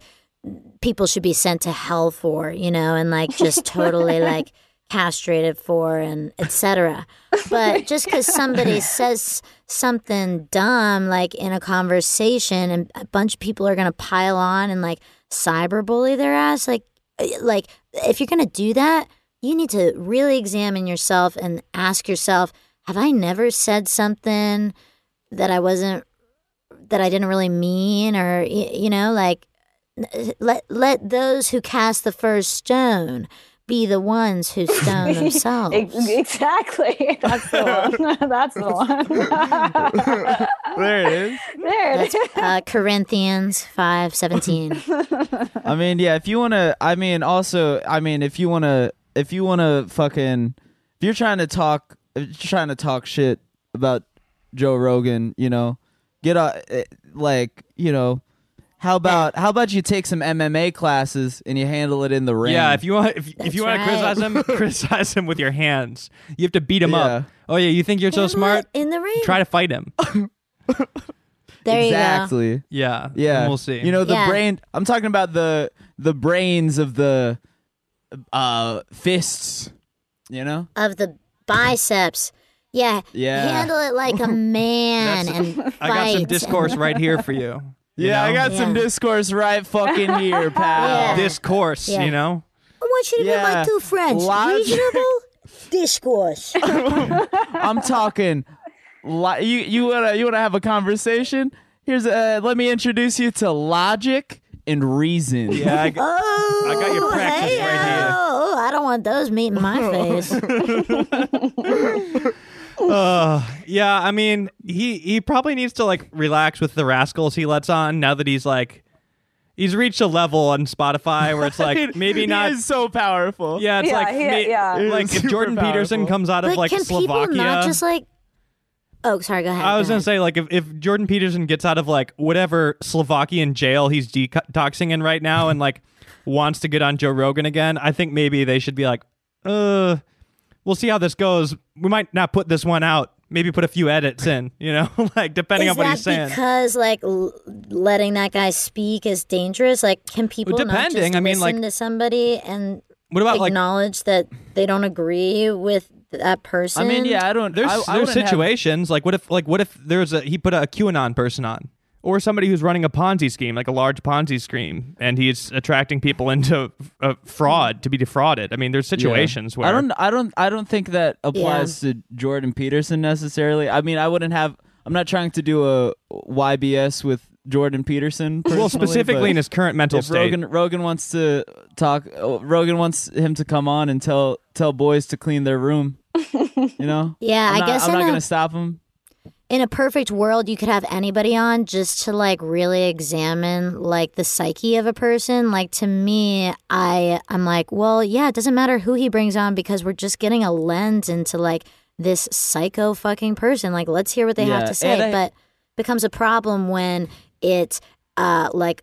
D: people should be sent to hell for, you know, and like just totally like castrated for and etc. But just because somebody says something dumb like in a conversation and a bunch of people are gonna pile on and like cyberbully their ass, like eh, like if you're gonna do that you need to really examine yourself and ask yourself have i never said something that i wasn't that i didn't really mean or y- you know like n- let let those who cast the first stone be the ones
B: *laughs*
D: who
C: *laughs*
D: stone
C: Ex-
D: themselves
C: Exactly. *laughs* That's the
B: *laughs*
C: one. *laughs* That's the one.
A: There it is.
C: there it
D: that's
C: is.
D: uh, corinthians
B: *laughs*
D: 517
A: I mean, yeah, if you want to, I mean, also, I mean, if you want to, if you want to fucking, if you're trying to talk, if you're trying to talk shit about Joe Rogan, you know, get a, eh, like, you know, how about, how about you take some MMA classes and you handle it in the ring?
B: Yeah, if you want, if, if
D: That's
B: you want
D: right.
B: to criticize
D: *laughs*
B: him, criticize him with your hands. You have to beat him
A: Yeah.
B: up. Oh yeah, you think you're so smart?
D: in the ring
B: Try to fight
D: *laughs*
B: him.
D: there you go
A: exactly.
B: Yeah,
A: Yeah,
B: We'll see.
A: You know, the
D: Yeah.
A: brain. I'm talking about the the brains of the uh fists. You know?
D: of the biceps. Yeah.
A: Yeah.
D: Handle it like
B: *laughs*
D: a man
B: That's-
D: and fight.
B: *laughs* I got some discourse right here for
A: *laughs*
B: you. you
A: yeah, I
B: know?
A: got some
D: Yeah.
A: discourse right fucking *laughs* here, pal.
D: Yeah.
B: discourse.
D: Yeah.
B: You know,
D: I want you to be
A: Yeah.
D: my two friends.
A: Logic.
B: *laughs*
D: Reasonable discourse.
A: I'm talking. Li- you you wanna you wanna have a conversation? Here's uh, let me introduce you to logic and reason.
B: yeah, I got,
D: Oh,
B: I got your practice
D: hey,
B: right here.
D: Oh, I don't want those meeting
B: *laughs*
D: my face.
B: uh, yeah. I mean, he he probably needs to like relax with the rascals he lets on now that he's like, he's reached a level on Spotify where
A: *laughs*
B: it's like maybe
A: He
B: not.
A: is so powerful.
B: Yeah, it's
C: Yeah,
B: like
C: he-
B: may-
C: yeah. It
A: is
B: like if
A: super
B: Jordan Peterson
A: powerful.
B: comes out of
D: But
B: like
D: can
B: Slovakia.
D: people not just like? Oh, sorry. Go ahead.
B: I
D: go
B: was gonna
D: ahead.
B: say like if, if Jordan Peterson gets out of like whatever Slovakian jail he's detoxing in right now and
D: *laughs*
B: like wants to get on Joe Rogan again, I think maybe they should be like, uh, we'll see how this goes. We might not put this one out. Maybe put a few edits in. You know, *laughs* like depending
D: Is
B: on what
D: that
B: he's saying.
D: because like l- letting that guy speak is dangerous? Like, can people not just
B: depending, I mean, like-
D: listen to somebody and
B: what about like
D: acknowledge that they don't agree with that person?
A: I mean, yeah, I don't.
B: there's
A: I, I
B: there's
A: wouldn't have-
B: situations like what if like what if there's a he put a QAnon person on or somebody who's running a Ponzi scheme like a large Ponzi scheme and he's attracting people into uh, fraud to be defrauded. I mean, there's situations where
A: I don't I don't I don't think that applies to Jordan Peterson necessarily. I mean, I wouldn't have I'm not trying to do a YBS with Jordan Peterson.
B: well
A: personally,
B: specifically
A: but
B: in his current mental
A: if
B: state.
A: Rogan Rogan wants to talk uh, Rogan wants him to come on and tell tell boys to clean their room. You know?
D: *laughs* Yeah,
A: I'm
D: I
A: not,
D: guess
A: I'm
D: in
A: not
D: a-
A: gonna stop him.
D: in a perfect world you could have anybody on just to like really examine like the psyche of a person like to me i i'm like well yeah it doesn't matter who he brings on because we're just getting a lens into like this psycho fucking person like let's hear what they
A: Yeah,
D: have to say
A: and I-
D: but becomes a problem when it's uh like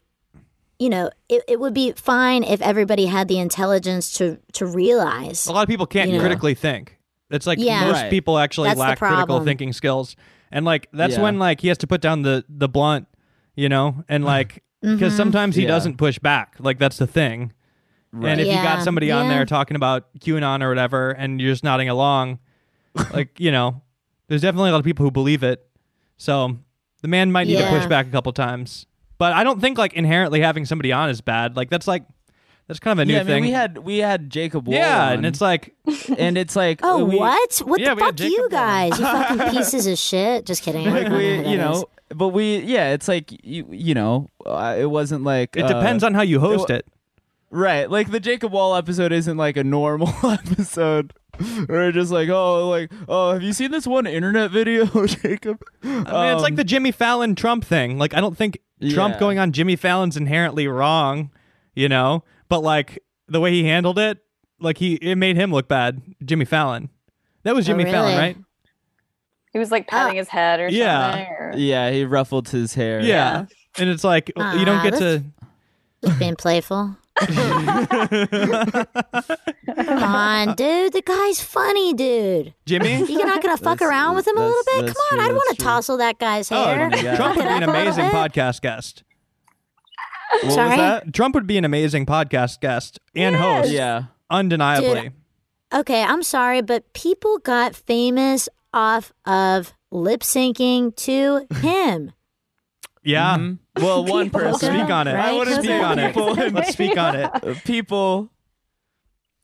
D: you know it, it would be fine if everybody had the intelligence to to realize
B: a lot of people can't
D: you know.
B: critically think. It's like
D: Yeah.
B: most
A: Right.
B: people actually
D: That's the
B: lack critical
D: problem.
B: thinking skills, and like that's
A: Yeah.
B: when like he has to put down the the blunt, you know,
A: *sighs*
B: and like
D: Mm-hmm.
B: because sometimes he
A: Yeah.
B: doesn't push back. Like that's the thing. And if you got
D: Yeah.
B: somebody on
D: Yeah.
B: there talking about QAnon or whatever, and you're just nodding
A: *laughs*
B: along, like you know, there's definitely a lot of people who believe it. So the man might need
D: Yeah.
B: to push back a couple times. But I don't think like inherently having somebody on is bad. Like that's like that's kind of a new
A: yeah, I mean,
B: thing.
A: we had we had Jacob Wall
B: yeah,
A: on,
B: and it's like
A: and it's like
D: Oh
A: we-
D: what? What
B: yeah,
D: the
B: we had
D: fuck, you
B: Jacob on.
D: guys? You fucking pieces of shit. Just kidding. I don't
A: like
D: know *laughs*
A: we
D: who that
A: you
D: is.
A: know but we yeah it's like you you know uh, it wasn't like
B: it depends on how you host it.
A: right like the jacob wall episode isn't like a normal *laughs* episode or just like oh like oh have you seen this one internet video *laughs* jacob
B: I mean, it's like the Jimmy Fallon Trump thing. Like, I don't think Trump
A: Yeah.
B: going on Jimmy Fallon's inherently wrong, you know. But like the way he handled it, like he it made him look bad. Jimmy Fallon, that was
D: Oh,
B: Jimmy Fallon,
D: really?
B: right?
C: He was
D: Uh,
C: like patting his head or
B: Yeah.
C: something. or-
A: yeah he ruffled his hair
B: Yeah. And it's like uh, you don't
D: Ah,
B: get
D: that's-
B: to.
D: Just being playful. Come on, dude. The guy's funny, dude. *laughs*
B: Jimmy? *laughs*
D: You're not gonna fuck around with him a
A: that's-
D: little bit.
A: that's
D: Come on,
A: true,
D: I'd
A: that's
D: want to
A: true.
D: tousle that guy's
B: Oh,
D: hair.
A: my God.
B: Trump would be
D: *laughs* Fuck
B: an
D: it up a little
B: amazing
D: bit.
B: podcast guest.
A: what was
D: Sorry?
A: that
B: Trump would be an amazing podcast guest and host,
A: yeah
B: undeniably.
D: Dude, Okay, I'm sorry, but people got famous off of lip syncing to him.
B: yeah,
A: Mhm. well one person
B: speak on it.
D: Right?
B: I
D: wouldn't
B: speak on it.
A: people in-
B: Let's speak on it.
A: Uh, people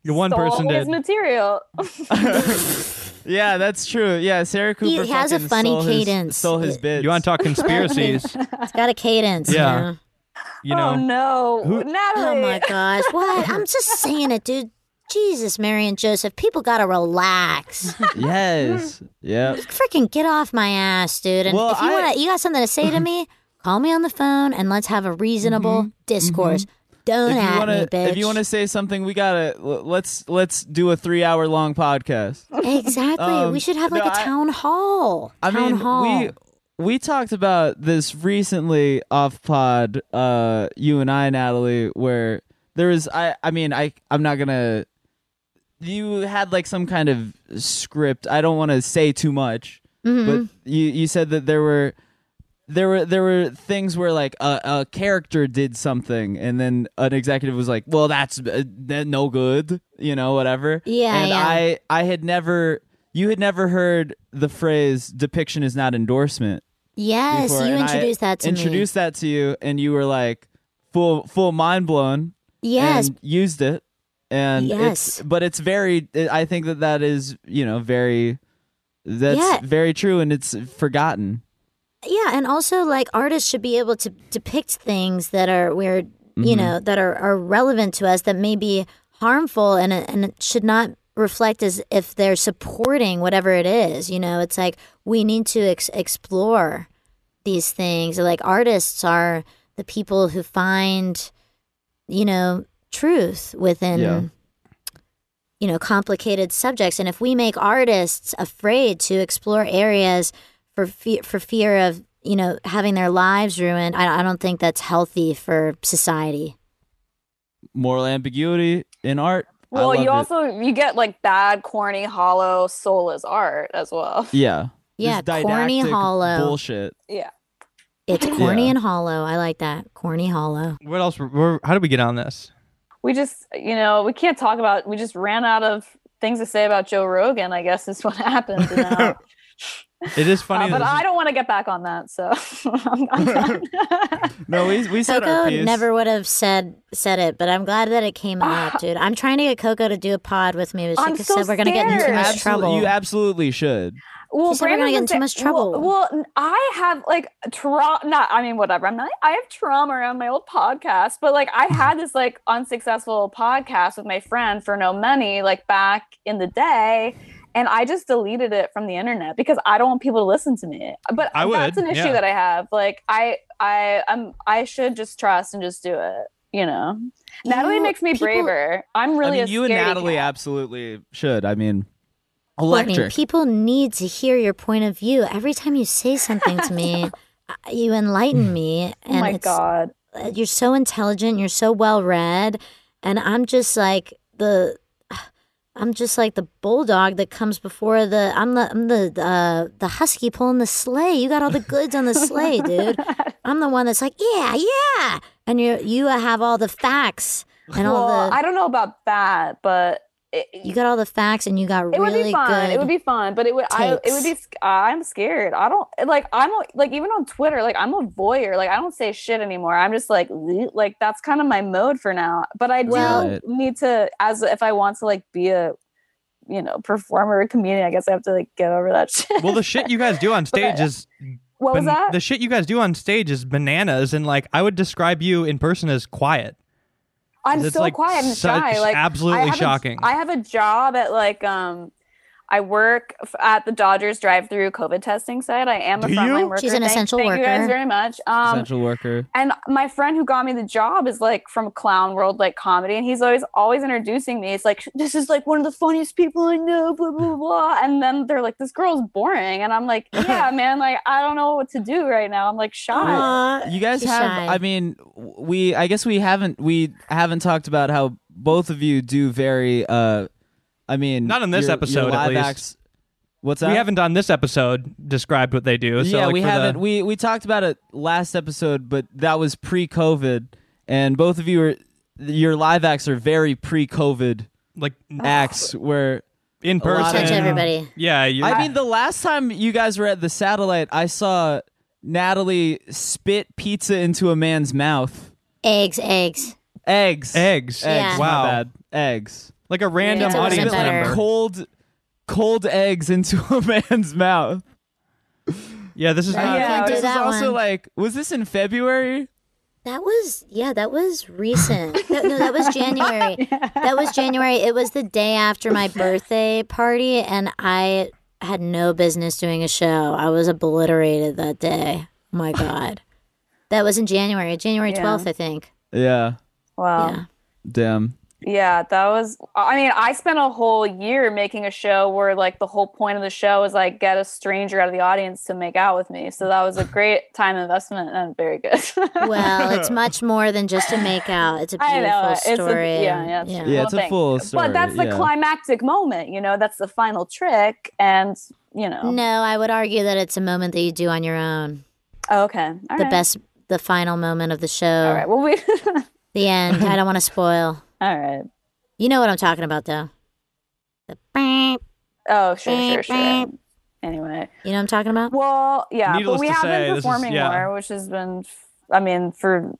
B: Your one
C: Stole
B: person
C: his
B: did.
C: material.
A: yeah that's true yeah sarah
D: He
A: cooper
D: has a
A: fucking
D: funny
A: stole his,
D: cadence.
A: stole his bits
B: You want to
D: *laughs*
C: *laughs*
B: talk conspiracies?
D: It's got a cadence.
B: Yeah. You
D: You know?
B: know.
C: *laughs* oh no,
B: Who-
D: Oh
C: Natalie!
D: my gosh. What? I'm just saying it, dude. Jesus, Mary and Joseph, people gotta relax.
A: yes yeah
D: Freaking get off my ass, dude. And
A: Well,
D: if you
A: I-
D: wanna you got something to
A: *laughs*
D: say to me, call me on the phone and let's have a reasonable discourse. Don't
A: Mm-hmm. if
D: at
A: you want
D: me,
A: to
D: bitch.
A: if you want to say something we gotta l- let's let's do a three hour long podcast
D: Exactly.
A: Um,
D: we should have
A: no,
D: like a
A: I-
D: town hall.
A: i
D: town
A: mean
D: hall.
A: we we talked about this recently off pod uh you and i natalie where there was i i mean i i'm not gonna you had like some kind of
D: Mm-hmm.
A: script i don't want to say too much but you you said that there were there were there were things where like a, a character did something, and then an executive was like, "Well, that's uh, that no good," you know, whatever.
D: Yeah,
A: And
D: yeah.
A: I I had never you had never heard the phrase "depiction is not endorsement."
D: Yes,
A: before,
D: you
A: and I
D: introduced that to
A: Introduced that to you, and you were like full full mind blown.
D: me. Yes,
A: and used it and
D: Yes.
A: it's but it's very i think that that is you know very that's
D: Yeah.
A: very true and it's forgotten
D: yeah, and also like artists should be able to depict things that are where you know that are, are relevant to us that may be harmful and and it should not reflect as if they're supporting whatever it is. You know, it's like we need to ex- explore these things. Like artists are the people who find you know truth within
A: Yeah.
D: you know complicated subjects and if we make artists afraid to explore areas for fe- for fear of you know having their lives ruined I, I don't think that's healthy for society
A: moral ambiguity in art I
C: Well,
A: love
C: you
A: it.
C: also you get like bad, corny, hollow, soulless art as well.
A: yeah
D: yeah
A: Just didactic
D: corny hollow
A: bullshit
C: Yeah.
D: it's corny
A: Yeah.
D: and hollow i like that corny hollow
B: What else? were- How did we get on this?
C: We just, you know, we can't talk about we just ran out of things to say about Joe Rogan, I guess is what *laughs* happened.
B: *laughs*
C: you know.
B: It is funny.
C: Uh, but
B: that
C: I don't want to get back on that, so *laughs* I'm,
A: *laughs*
C: I'm done. *laughs*
A: no we, we said our
D: coco
A: piece
D: never would have said said it but i'm glad that it came
A: Ah.
D: out dude i'm trying to get coco to do a pod with me but she
C: I'm
D: just
C: so
D: said we're gonna get in too
C: scared.
D: much
A: Absolute-
D: trouble
A: you absolutely should
C: well,
D: She said we're gonna
C: Brandon
D: get in
C: was
D: too
C: a-
D: much
C: well-
D: trouble.
C: Well, n- I have like trauma. Not, I mean, whatever. I'm not. I have trauma around my old podcast, but like I had this like unsuccessful podcast with my friend for no money, like back in the day, and I just deleted it from the internet because I don't want people to listen to me. But
B: I
C: that's
B: would,
C: an issue
B: yeah.
C: that I have. Like I, I, I'm, I should just trust and just do it. You know, Natalie
D: You-
C: makes me
D: people-
C: braver. I'm really
A: i mean
C: a
A: you and
C: scaredy
A: natalie
C: cat.
A: absolutely should i mean
D: Courtney,
A: electric
D: people need to hear your point of view. Every time you say something
C: *laughs*
D: to me, I- you enlighten me, and
C: Oh my
D: it's
C: god.
D: uh, you're so intelligent. You're so well read, and I'm just like the. *sighs* I'm just like the bulldog that comes before the. I'm the I'm the uh, the husky pulling the sleigh. You got all the goods on
C: *laughs*
D: the sleigh, dude. I'm the one that's like, yeah, yeah, and you you have all the facts and all
C: well,
D: the
C: I don't know about that, but it,
D: you got all the facts and you got
C: it would
D: really
C: be fun.
D: good.
C: It would be fun, but it would I it would be
D: takes.
C: sc- I'm scared. I don't like I'm a- like even on Twitter, like I'm a voyeur. Like I don't say shit anymore. I'm just like "Ugh," like that's kind of my mode for now. But I do
A: Right.
C: need to as if I want to like be a you know performer or comedian, I guess I have to like get over that *laughs*
B: *laughs*
C: shit.
B: well, the shit you guys do
C: *laughs*
B: on stage is
C: what was
B: ban-
C: that?
B: the shit you guys do on stage is bananas, and like I would describe you in person as quiet.
C: I'm
B: It's
C: so
B: like
C: quiet and
B: such-
C: shy. Like
B: absolutely
C: I have
B: shocking.
C: A, I have a job at like um, I work f- at the Dodgers drive-through COVID testing site. I am a
B: Do
C: frontline
B: you?
C: worker.
D: She's an
C: Thank-
D: essential
C: thank you
D: worker.
C: guys very much. Um,
A: essential worker
C: and my friend who got me the job is like from clown world, like comedy, and he's always always introducing me. It's like this is like one of the funniest people I know, blah blah blah. And then they're like, this girl's boring, and I'm
D: *laughs*
C: like, yeah, man, like I don't know what to do right now. I'm like shy.
D: Aw,
A: you guys
D: she's
A: have
D: shy.
A: i mean w- we i guess we haven't we haven't talked about how both of you do very uh i mean
B: Not in this
A: your- your
B: episode, at
A: live
B: least.
A: acts- what's that
B: We haven't on this episode described what they do. So
A: yeah
B: like,
A: we
B: for the-
A: haven't we we talked about it last episode but that was pre-covid and both of you are your live acts are very pre-covid
B: like
A: acts where
B: in
A: lot of-
B: person.
D: touch everybody.
B: Yeah, you
A: I mean, the last time you guys were at the satellite, I saw Natalie spit pizza into a man's mouth.
D: Eggs, eggs.
A: Eggs.
B: eggs.
D: Yeah.
A: Eggs. my
B: Wow.
A: bad. Eggs.
B: Like a random
D: Pizza wasn't
B: audience
D: better.
B: member.
A: Cold, cold eggs into *laughs* a man's mouth.
B: Yeah, this is not.
C: Yeah,
D: can't do
A: this is
D: that
A: also
D: one.
A: like, was this in February?
D: That was yeah, that was recent. That- no, that
C: *laughs*
D: was January. That was January. It was the day
C: *laughs*
D: after my birthday party and I had no business doing a show. I was obliterated that day. Oh my god. That was in January, January
C: Yeah. Oh.
D: 12th, I think.
A: Yeah.
C: Wow.
D: Yeah.
A: Damn.
C: Yeah, that was. I mean, I spent a whole year making a show where, like, the whole point of the show is like get a stranger out of the audience to make out with me. So that was a great time investment and very good. *laughs*
D: Well, it's much more than just a make out. It's a
C: I
D: beautiful
C: know, it's a-
D: story.
C: yeah, yeah, it's
A: Yeah,
C: Well,
A: it's a
C: thanks.
A: full story.
C: but that's the
A: yeah.
C: climactic moment, you know. That's the final trick, and you know.
D: No, I would argue that it's a moment that you do on your own.
C: Oh, okay. All
D: the
C: right.
D: best, the final moment of the show,
C: All right. Well, we. *laughs*
D: the end. I don't want to spoil.
C: All right.
D: You know what I'm talking about, though. The beep.
C: Oh, sure, sure,
D: Beep,
C: sure. Anyway,
D: You know what I'm talking about?
C: well, yeah,
B: Needless
C: but we
B: to
C: have
B: say,
C: been
B: this is-
C: performing
B: yeah.
C: more, which has been, f- I mean, for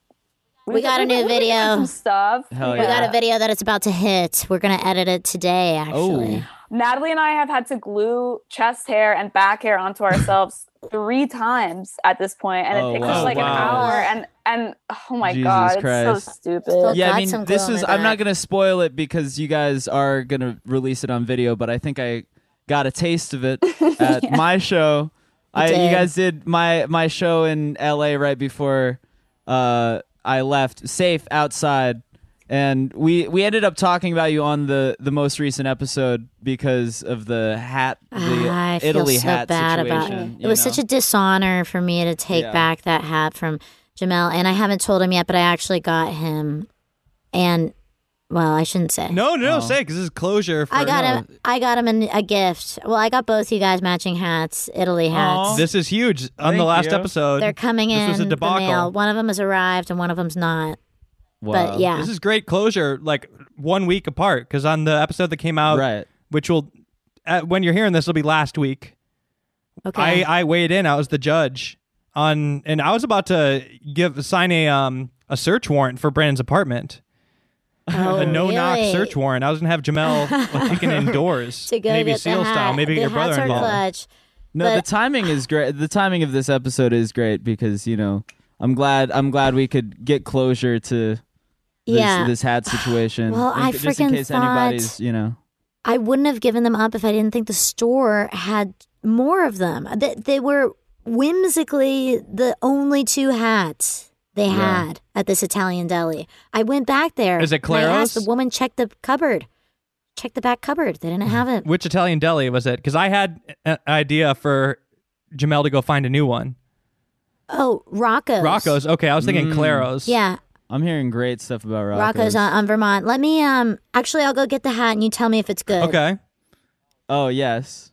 D: We got a new
C: we've been doing
D: video.
C: some stuff.
A: Hell
D: We
A: yeah.
C: Uh,
D: got a video that it's about to hit. We're gonna edit it today,
A: Oh.
D: actually.
C: Natalie and I have had to glue chest hair and back hair
A: *laughs*
C: onto ourselves three times at this point, and
A: Oh,
C: it takes
A: wow.
C: us like
B: Wow.
C: an hour. And and oh my
A: Jesus
C: god, it's so
A: Christ.
C: stupid.
A: yeah,
D: got
A: I mean,
D: some
A: this
D: glow in
A: is.
D: my
A: I'm not
D: back.
A: gonna spoil it because you guys are gonna release it on video, but I think I got a taste of
D: *laughs*
A: it at my show. I
D: did.
A: you guys did my my show in L.A. right before uh, I left, safe outside, and we we ended up talking about you on the the most recent episode because of the hat, Oh, the
D: Ah, I feel
A: Italy
D: so
A: hat
D: bad about
A: situation.
D: it. was such a dishonor for me to take
A: Yeah.
D: back that hat from Jamel, and I haven't told him yet, but I actually got him, and well, I shouldn't say.
B: No, no, no, say because this is closure. For,
D: Oh. I got
B: no.
D: him. I got him an, a gift. Well, I got both you guys matching hats, Italy hats.
B: This is huge. On the
A: Thank
B: last
A: you.
B: episode,
D: They're coming
B: This
D: in
B: was a
D: the
B: debacle.
D: mail. One of them has arrived, and one of them's not.
A: Wow.
D: But yeah,
B: this is great closure. Like one week apart, because on the episode that came out,
A: right.
B: which will, uh, when you're hearing this, will be last week.
D: okay.
B: I, I weighed in. I was the judge on, and I was about to give sign a um a search warrant for Brandon's apartment,
D: oh,
B: a no knock
D: really?
B: search warrant. I was gonna have Jamel like, taken
D: *laughs*
B: indoors,
D: to go
B: Navy
D: get
B: SEAL
D: the hat.
B: style, maybe
D: the
B: get your
D: hats
B: brother
D: are
B: involved.
D: clutch.
A: No, the
D: But-
A: timing is great. The timing of this episode is great because you know I'm glad I'm glad we could get closure to this,
D: Yeah.
A: this
D: *sighs*
A: hat situation.
D: Well,
A: In-
D: I
A: just in
D: freaking
A: case anybody's
D: thought-
A: you know
D: I wouldn't have given them up if I didn't think the store had more of them. They, they were whimsically the only two hats they
A: Yeah.
D: had at this Italian deli. I went back there.
B: Is it
D: and I
B: Claro's?
D: asked The woman checked the cupboard. Check the back cupboard. They didn't have it.
B: Which Italian deli was it? Because I had an idea for Jamel to go find a new one.
D: Oh, Rocco's.
B: Rocco's. Okay, I was thinking
A: Mm.
B: Claro's.
D: Yeah,
A: I'm hearing great stuff about Rocco's.
D: Rocco's on, on Vermont. Let me um actually I'll go get the hat and you tell me if it's good.
B: Okay.
A: oh yes.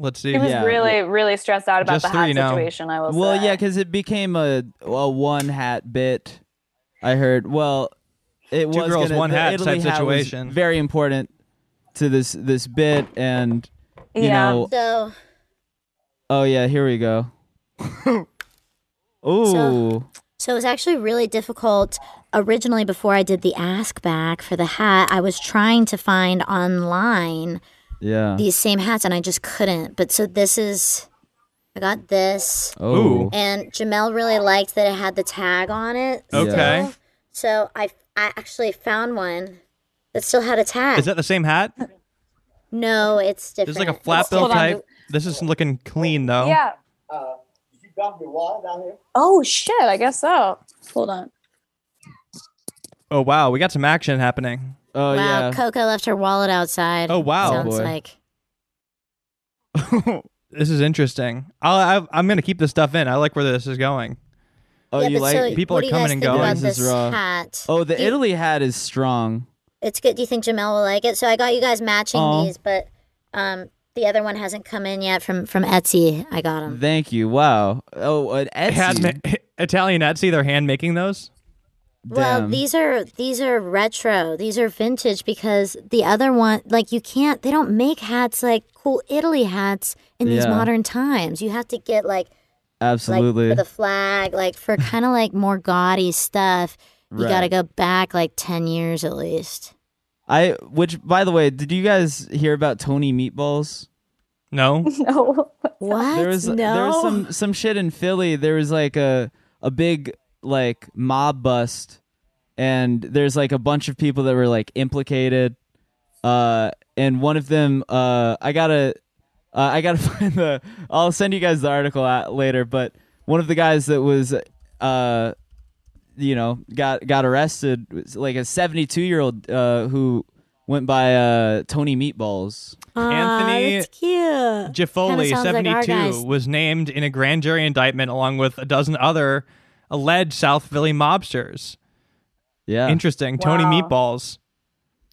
B: Let's see.
C: He was
A: Yeah.
C: really, really stressed out about
B: Just
C: the hat
B: three now.
C: situation. I will
A: Well,
C: say.
A: yeah, because it became a a one hat bit. I heard. Well, it was
B: girls,
A: gonna-
B: one
A: the
B: hat
A: Italy
B: type
A: hat was
B: situation.
A: very important to this this bit, and you
C: Yeah.
A: know,
D: So
A: oh yeah, here we
D: *laughs*
A: go. Ooh.
D: So it was actually really difficult. Originally, before I did the ask back for the hat, I was trying to find online
A: Yeah.
D: these same hats and I just couldn't. But so this is, I got this.
A: Oh.
B: Ooh.
D: And Jamel really liked that it had the tag on it.
B: Okay.
D: still. So I, I actually found one that still had a tag.
B: Is that the same hat? This
D: no, it's different.
B: is like a flat bill
C: Hold on,
B: type. This is looking clean though.
C: yeah.
E: Uh, you got me water down here?
C: Oh shit! I guess so. Hold on.
B: Oh wow, we got some action happening. *laughs*
A: Oh
D: wow,
A: yeah.
D: Coco left her wallet outside.
B: Oh, wow.
D: Sounds
A: Boy.
D: like.
B: This is interesting. I'll, I, I'm gonna keep this stuff in. I like where this is going.
A: Oh,
D: yeah,
A: you
D: but
A: like?
D: so
B: people
D: what
B: are
D: do you
B: coming
D: guys
B: and
D: think
B: going.
D: About
A: This
D: this
A: is raw.
D: hat?
A: oh, the
D: you-
A: Italy hat is strong.
D: It's good. Do you think Jamel will like it? So I got you guys matching
A: Aw.
D: these, but um, the other one hasn't come in yet from from Etsy. I got them.
A: Thank you. Wow. Oh, an
B: Hand
A: Etsy.
B: ma- *laughs* Italian Etsy, they're hand making those.
D: Well,
A: Mm, Damn.
D: these are these are retro. These are vintage because the other one, like you can't. They don't make hats like cool Italy hats in these
A: Yeah.
D: modern times. You have to get like
A: Absolutely.
D: like for the flag, like for
A: *laughs*
D: kind of like more gaudy stuff. You
A: Right.
D: got to go back like ten years at least.
A: I. Which, by the way, did you guys hear about Tony Meatballs?
B: No.
C: *laughs* No.
D: What?
A: There was
D: no.
A: there was some some shit in Philly. There was like a a big like mob bust, and there's like a bunch of people that were like implicated. Uh, and one of them, uh, I gotta, uh, I gotta *laughs* find the. I'll send you guys the article out later. But one of the guys that was, uh, you know, got got arrested was like a 72 year old uh, who went by uh, Tony Meatballs.
D: Aw,
B: Anthony-
D: that's cute.
B: Jafoli,
D: sounds like our
B: 72,
D: guys.
B: was named in a grand jury indictment along with a dozen other alleged South Philly mobsters.
A: Yeah.
B: Interesting. Tony
C: Wow.
B: Meatballs.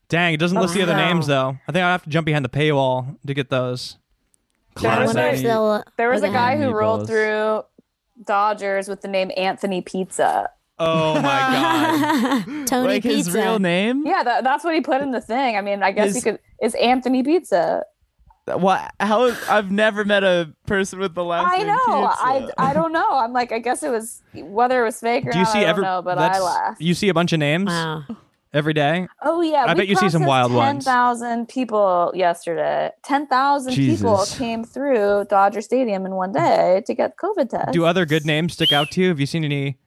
B: Dang, it doesn't list the other
D: Wow.
B: names though. I think I have to jump behind the paywall to get those.
C: There
D: I
C: was
B: Classic.
D: wonder if
C: a-
D: they'll.
C: There was a
D: okay.
C: guy who
A: Meatballs.
C: rolled through Dodgers with the name Anthony Pizza. *laughs*
B: Oh my god.
D: *laughs* Tony
A: like
D: Pizza.
A: his real name?
C: Yeah, that, that's what he put in the thing. I mean, I guess
A: Is-
C: you could. It's Anthony Pizza.
A: Why? How? I've never met a person with the last
C: I
A: name.
C: know. I
A: Pizza.
C: I don't know. I'm like, I guess it was whether it was fake or
B: Do you
C: not,
B: see
C: I don't
B: every?
C: know, but I
B: that's-
C: laughed.
B: You see a bunch of names
D: Wow.
B: every day.
C: Oh yeah,
B: I
C: we
B: bet you see some
C: processed
B: wild ones.
C: 10,000 people yesterday. 10,000 people
A: Jesus.
C: came through Dodger Stadium in one day to get COVID tests.
B: Do other good names stick out to you? Have you seen any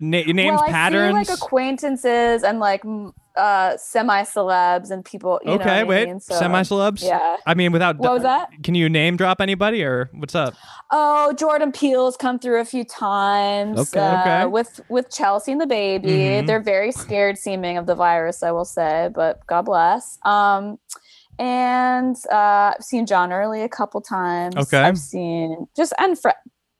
B: na- names,
C: well, I
B: patterns?
C: see like acquaintances and like m- uh, semi celebs and people. You know
B: okay,
C: what I
B: wait.
C: mean? So,
B: Semi celebs.
C: Yeah.
B: I mean, without.
C: What was that?
B: Can you name drop anybody or what's up?
C: Oh, Jordan Peele's come through a few times.
B: Okay,
C: uh,
B: okay.
C: With with Chelsea and the baby,
B: Mhm.
C: they're very scared seeming of the virus, I will say, but God bless. Um, and uh, I've seen John Early a couple times.
B: Okay.
C: I've seen just and Fre-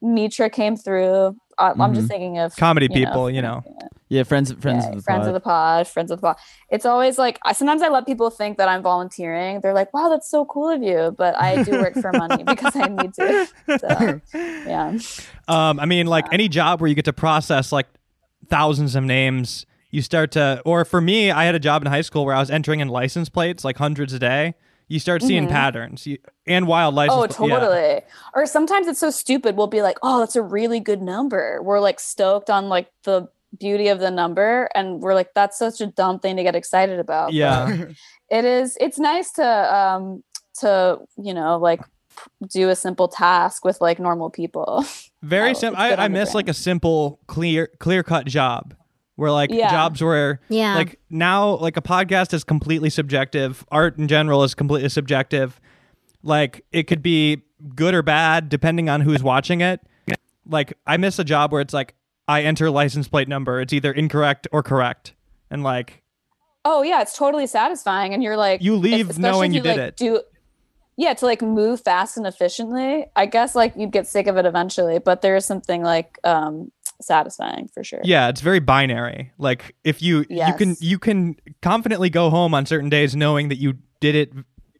C: Mitra came through. I, I'm just thinking of
B: Mm-hmm. Comedy
C: you know,
B: people, you know.
A: Yeah, friends. Friends
C: yeah,
A: of the
C: friends
A: pod.
C: of the pod, friends of the pod. It's always like I, sometimes I let people think that I'm volunteering. They're like, "Wow, that's so cool of you," but I do work for
A: *laughs*
C: money because I need to. So, *laughs* yeah.
B: Um, I mean, like any job where you get to process like thousands of names, you start to. Or for me, I had a job in high school where I was entering in license plates like hundreds a day. You start seeing patterns you, and wild license.
C: Mm-hmm.
B: pla-
C: Oh,
B: yeah.
C: totally. Or sometimes it's so stupid. We'll be like, oh, that's a really good number. We're like stoked on like the beauty of the number. And we're like, that's such a dumb thing to get excited about. *laughs*
B: Yeah.
C: It is, it's nice to, um, to, you know, like do a simple task with like normal people.
B: Very
C: Oh,
B: simple.
C: it's
B: I,
C: good
B: I
C: on the
B: miss
C: brand.
B: like a simple, clear, clear cut job where like
C: Yeah.
B: jobs where
D: Yeah.
B: like now like a podcast is completely subjective. Art in general is completely subjective. Like it could be good or bad depending on who's watching it. Like I miss a job where it's like I enter license plate number. It's either incorrect or correct, and like
C: Oh yeah, it's totally satisfying, and you're like
B: You
C: if-
B: leave
C: especially
B: knowing
C: if
B: you did
C: like,
B: it.
C: Do yeah, to like move fast and efficiently. I guess like you'd get sick of it eventually, but there is something like um satisfying for sure.
B: yeah, it's very binary. Like if you you can
C: Yes.
B: you can confidently go home on certain days knowing that you did it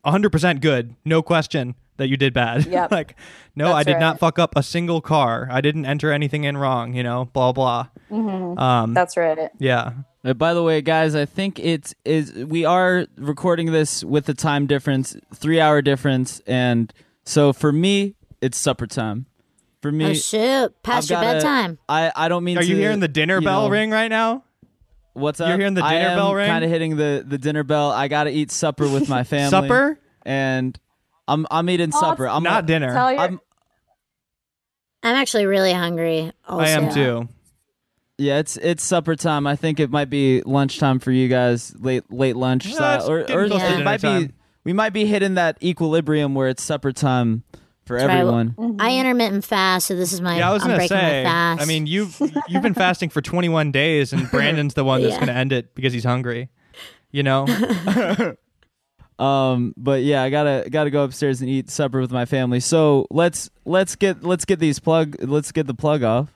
B: 100% good, no question that you did bad. *laughs*
C: Yep.
B: like no,
C: That's
B: I did not
C: right.
B: fuck up a single car. I didn't enter anything in wrong, you know, blah blah. Um
C: Mm-hmm. That's right.
B: yeah.
A: Uh, by the way, guys, I think it is. We are recording this with the time difference, three hour difference, and so for me, it's supper time. For me,
D: Oh shoot!
A: I've
D: Past your
A: gotta-
D: bedtime.
A: I I don't mean.
B: Are you
A: to,
B: hearing the dinner
A: you
B: bell
A: know,
B: ring right now?
A: What's up?
B: You're hearing the dinner bell ring?
A: Kind of hitting the the dinner bell. I gotta eat supper with
B: *laughs*
A: my family.
B: Supper?
A: and I'm I'm eating supper. I'm
B: Not dinner.
C: Tell your
A: I'm,
D: I'm actually really hungry. Oh, Also.
B: I am too.
A: yeah, it's it's supper time. I think it might be lunchtime for you guys. Late late lunch,
B: Yeah,
A: style,
B: it's
A: or,
B: getting
A: or
B: close
D: to
A: it
D: dinner
A: might be
B: time.
A: we might be hitting that equilibrium where it's supper time for
D: right.
A: everyone.
D: I intermittent fast, so this is my.
B: Yeah, I was
D: am
B: gonna
D: breaking
B: say.
D: my fast.
B: I mean, you've you've been fasting for 21
A: *laughs*
B: days, and Brandon's the one that's
D: Yeah.
B: gonna end it because he's hungry.
A: *laughs*
B: You know,
A: Um, but yeah, I gotta gotta go upstairs and eat supper with my family. So let's let's get let's get these plug let's get the plug off.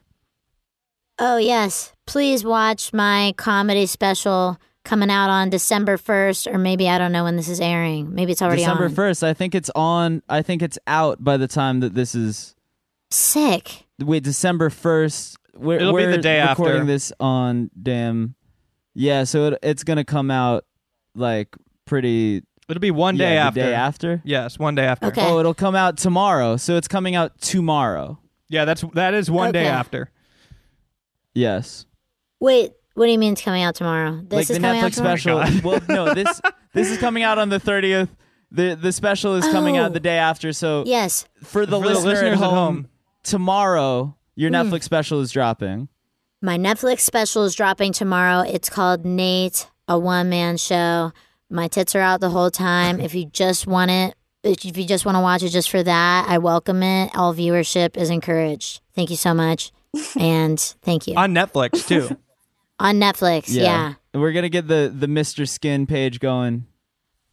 D: Oh, yes. Please watch my comedy special coming out on December 1st, or maybe I don't know when this is airing. Maybe it's already
A: December
D: on.
A: first. I think it's on. I think it's out by the time that this is.
D: Sick.
A: Wait, December first. We're,
B: It'll be
A: we're
B: the day after.
A: recording this on damn. Yeah, so it, it's gonna come out like pretty
B: it'll be one day
A: yeah,
B: after.
A: The day after.
B: Yes, one day after.
D: Okay.
A: Oh, it'll come out tomorrow. So it's coming out tomorrow.
B: Yeah, that's that is one day
D: Okay.
B: after.
A: Yes.
D: Wait, what do you mean it's coming out tomorrow? This
A: like
D: is
A: the
D: coming
A: Netflix
D: out tomorrow?
B: Oh
A: special. well, no, this
B: *laughs*
A: this is coming out on the thirtieth. The the special is coming out
D: Oh.
A: the day after. So
D: Yes.
A: for the
B: For the
A: listener
B: listeners at
A: at, home,
B: home.
A: tomorrow your
D: Mm.
A: Netflix special is dropping.
D: My Netflix special is dropping tomorrow. It's called Nate, a one man show. My tits are out the whole time. If you just want it, if you just want to watch it just for that, I welcome it. All viewership is encouraged. Thank you so *laughs* much. And thank you.
B: on Netflix too.
D: On Netflix, yeah. *laughs*
A: And we're gonna get the the Mr. Skin page going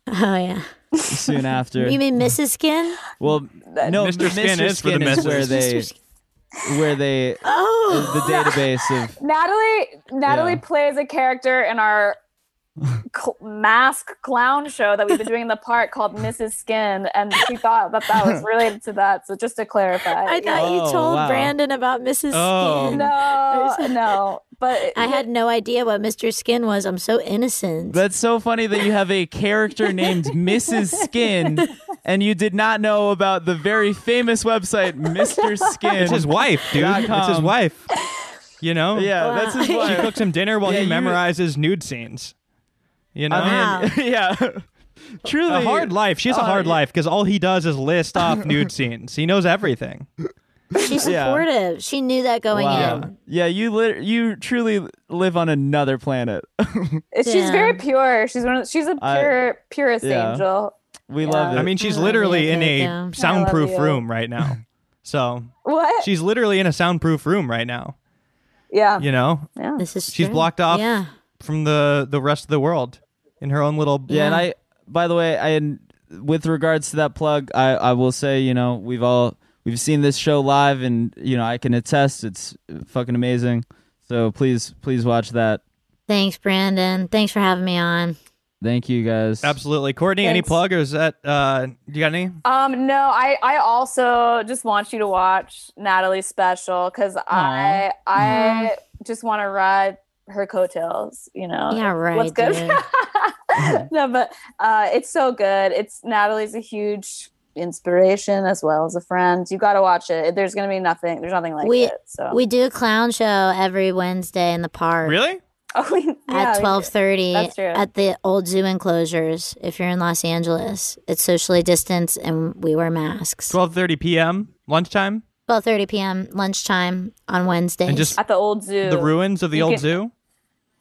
D: Oh, yeah. *laughs*
A: soon after.
D: You mean Mrs. Skin?
A: well, no,
B: Mr. Skin is for the
A: is where
B: missus.
A: they where they
D: Oh,
A: the database of
C: Natalie Natalie
A: Yeah.
B: *laughs*
C: plays a character in our cl- mask clown show that we've been doing in the park
B: *laughs*
C: called Mrs. Skin, and she thought that that was related to that. So just to clarify,
D: I
C: yeah.
D: thought
A: Oh,
D: you told
A: wow.
D: Brandon about Mrs.
B: Oh.
D: Skin.
C: no, no, but
D: I had no idea what Mr. Skin was. I'm so innocent.
A: That's so funny that you have a character named Mrs. Skin and you did not know about the very famous website Mr. Skin.
B: It's his wife, dude.
A: Dot
B: It's his
A: com.
B: wife. You know?
A: yeah,
D: Wow.
A: that's his
B: She
A: wife.
B: cooks him dinner while
A: Yeah,
B: he
A: you-
B: memorizes nude scenes. You know?
D: Wow.
A: *laughs* yeah. Truly
B: A hard life. She has a
A: Oh,
B: hard
A: yeah.
B: life because all he does is list
A: *laughs*
B: off nude scenes. He knows everything.
D: She's
A: Yeah.
D: supportive. She knew that going
A: Wow.
D: in.
A: Yeah, you lit you truly live on another planet. *laughs*
C: she's very
D: Damn.
C: pure. She's one. Of, she's a
A: I-
C: pure, purest
A: yeah.
C: angel.
A: we
C: Yeah.
A: love it.
B: I mean, she's
D: I love
B: literally
D: you,
B: in a
D: Jacob.
B: soundproof
C: I love you.
B: room right now. So
C: What?
B: she's literally in a soundproof room right now.
C: yeah,
B: You know,
C: yeah.
D: This is
B: She's
D: true.
B: blocked off.
D: Yeah.
B: from the the rest of the world in her own little.
A: yeah, and I by the way, I with regards to that plug, I I will say, you know, we've all we've seen this show live and you know, I can attest it's fucking amazing. So please please watch that.
D: Thanks, Brandon. Thanks for having me on.
A: Thank you guys.
B: Absolutely, Courtney. Any
C: Thanks.
B: plug or is that? Uh, you got any?
C: Um, no, I I also just want you to watch Natalie's special because I I just want to ride her coattails. You know,
D: Mm-hmm. Yeah, right.
C: Oh, What's good? *laughs*
D: dude.
C: no, but uh, it's so good. It's Natalie's a huge inspiration as well as a friend. You got to watch it. There's gonna be nothing. There's nothing like
D: We-
C: it. So
D: We do a clown show every Wednesday in the park.
B: Really?
C: *laughs* Oh, we- yeah,
D: At
C: we-
D: twelve thirty
C: That's true.
D: at the old zoo enclosures, if you're in Los Angeles. It's socially distanced and we wear masks.
B: Twelve thirty p.m. lunchtime
D: Twelve thirty PM lunchtime on Wednesdays.
B: and
D: *laughs*
B: just
C: at the old zoo.
B: the ruins of the
C: You
B: old
C: can-
B: zoo.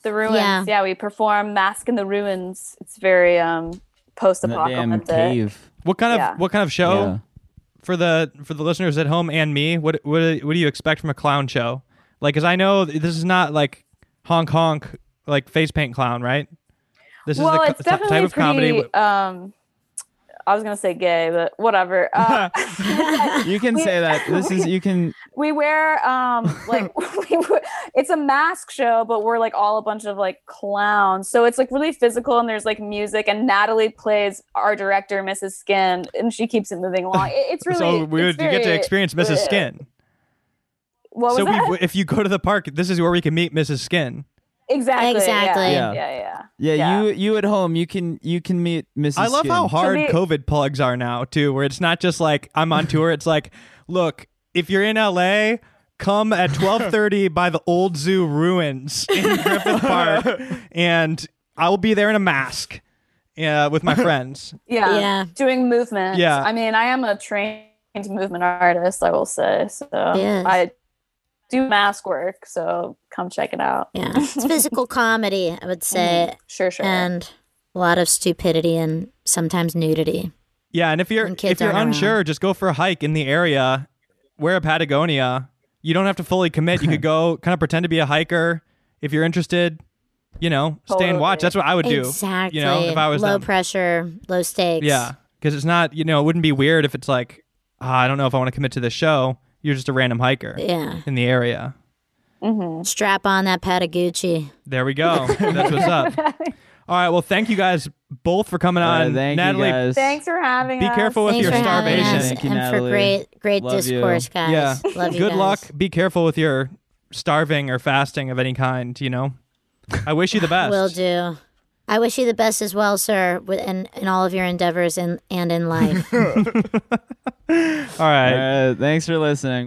C: The ruins.
D: Yeah.
C: Yeah. we perform Mask in the Ruins. It's very
A: That
C: um
A: damn
C: post-apocalyptic.
A: cave.
B: What kind of
C: Yeah.
B: what kind of show
A: Yeah.
B: for the for the listeners at home and me? What what what do you expect from a clown show? Like, cause I know th- this is not like honk honk like face paint clown, right? This
C: well,
B: is the
C: it's definitely
B: type of comedy.
C: pretty,
B: wi-
C: Um, I was gonna say gay, but whatever.
B: *laughs*
C: Uh,
A: You can say that.
C: *laughs*
A: This is you can
C: we wear um like *laughs* we wear, it's a mask show, but we're like all a bunch of like clowns. So it's like really physical, and there's like music, and Natalie plays our director, Mrs. Skin, and she keeps it moving along. It-
B: *laughs*
C: it's really
B: so we would
C: it's
B: you get to
C: very-
B: experience Mrs.
C: uh,
B: Skin.
C: What was
B: so
C: that?
B: we, if you go to the park, this is where we can meet Mrs. Skin.
C: exactly,
D: Exactly.
A: Yeah.
C: yeah, yeah. yeah.
A: yeah,
C: Yeah.
A: you you at home you can you can meet Mrs.
B: I love how
A: Skin.
B: hard
C: they-
B: COVID plugs are now too, where it's not just like I'm on tour. It's like, look, if you're in LA, come at 12:30 by the old zoo ruins in Griffith Park, and I will be there in a mask, uh, with my friends.
C: yeah,
D: Yeah.
C: doing movement.
B: Yeah.
C: I mean, I am a trained movement artist, I will say. So
D: Yes.
C: I do mask work. So come check it out.
D: yeah. It's physical comedy, I would say.
C: Sure, sure.
D: And a lot of stupidity and sometimes nudity.
B: Yeah, and if you're
D: When kids
B: if you're
D: aren't
B: unsure, just go for a hike in the area. Wear a Patagonia. You don't have to fully commit. You could go kind of pretend to be a hiker if you're interested. You know, stay and watch.
C: Totally.
B: That's what I would do.
D: Exactly.
B: You know, if I was
D: low
B: them.
D: pressure, low stakes.
B: Yeah, because it's not you know it wouldn't be weird if it's like ah, I don't know if I want to commit to this show. You're just a random hiker
D: Yeah.
B: in the area.
D: Strap on that Patagucci.
B: There we
D: *laughs*
B: go. That's what's up. All right. Well, thank you guys both for coming
A: Uh,
B: on.
A: thank
B: Natalie,
A: you guys.
C: Thanks for having
B: Be
C: us.
B: careful with
D: Thanks
B: your
D: for having
B: starvation.
D: us
A: Thank you,
D: and
A: Natalie.
D: for great, great
A: Love you.
D: discourse, guys.
B: Yeah.
D: *laughs* Love you
B: Good
D: guys.
B: luck. Be careful with your starving or fasting of any kind. You know. I wish you the best.
D: *laughs* Will do. I wish you the best as well, sir, with- in, in all of your endeavors in, and in life.
B: All right.
A: Uh, thanks for listening.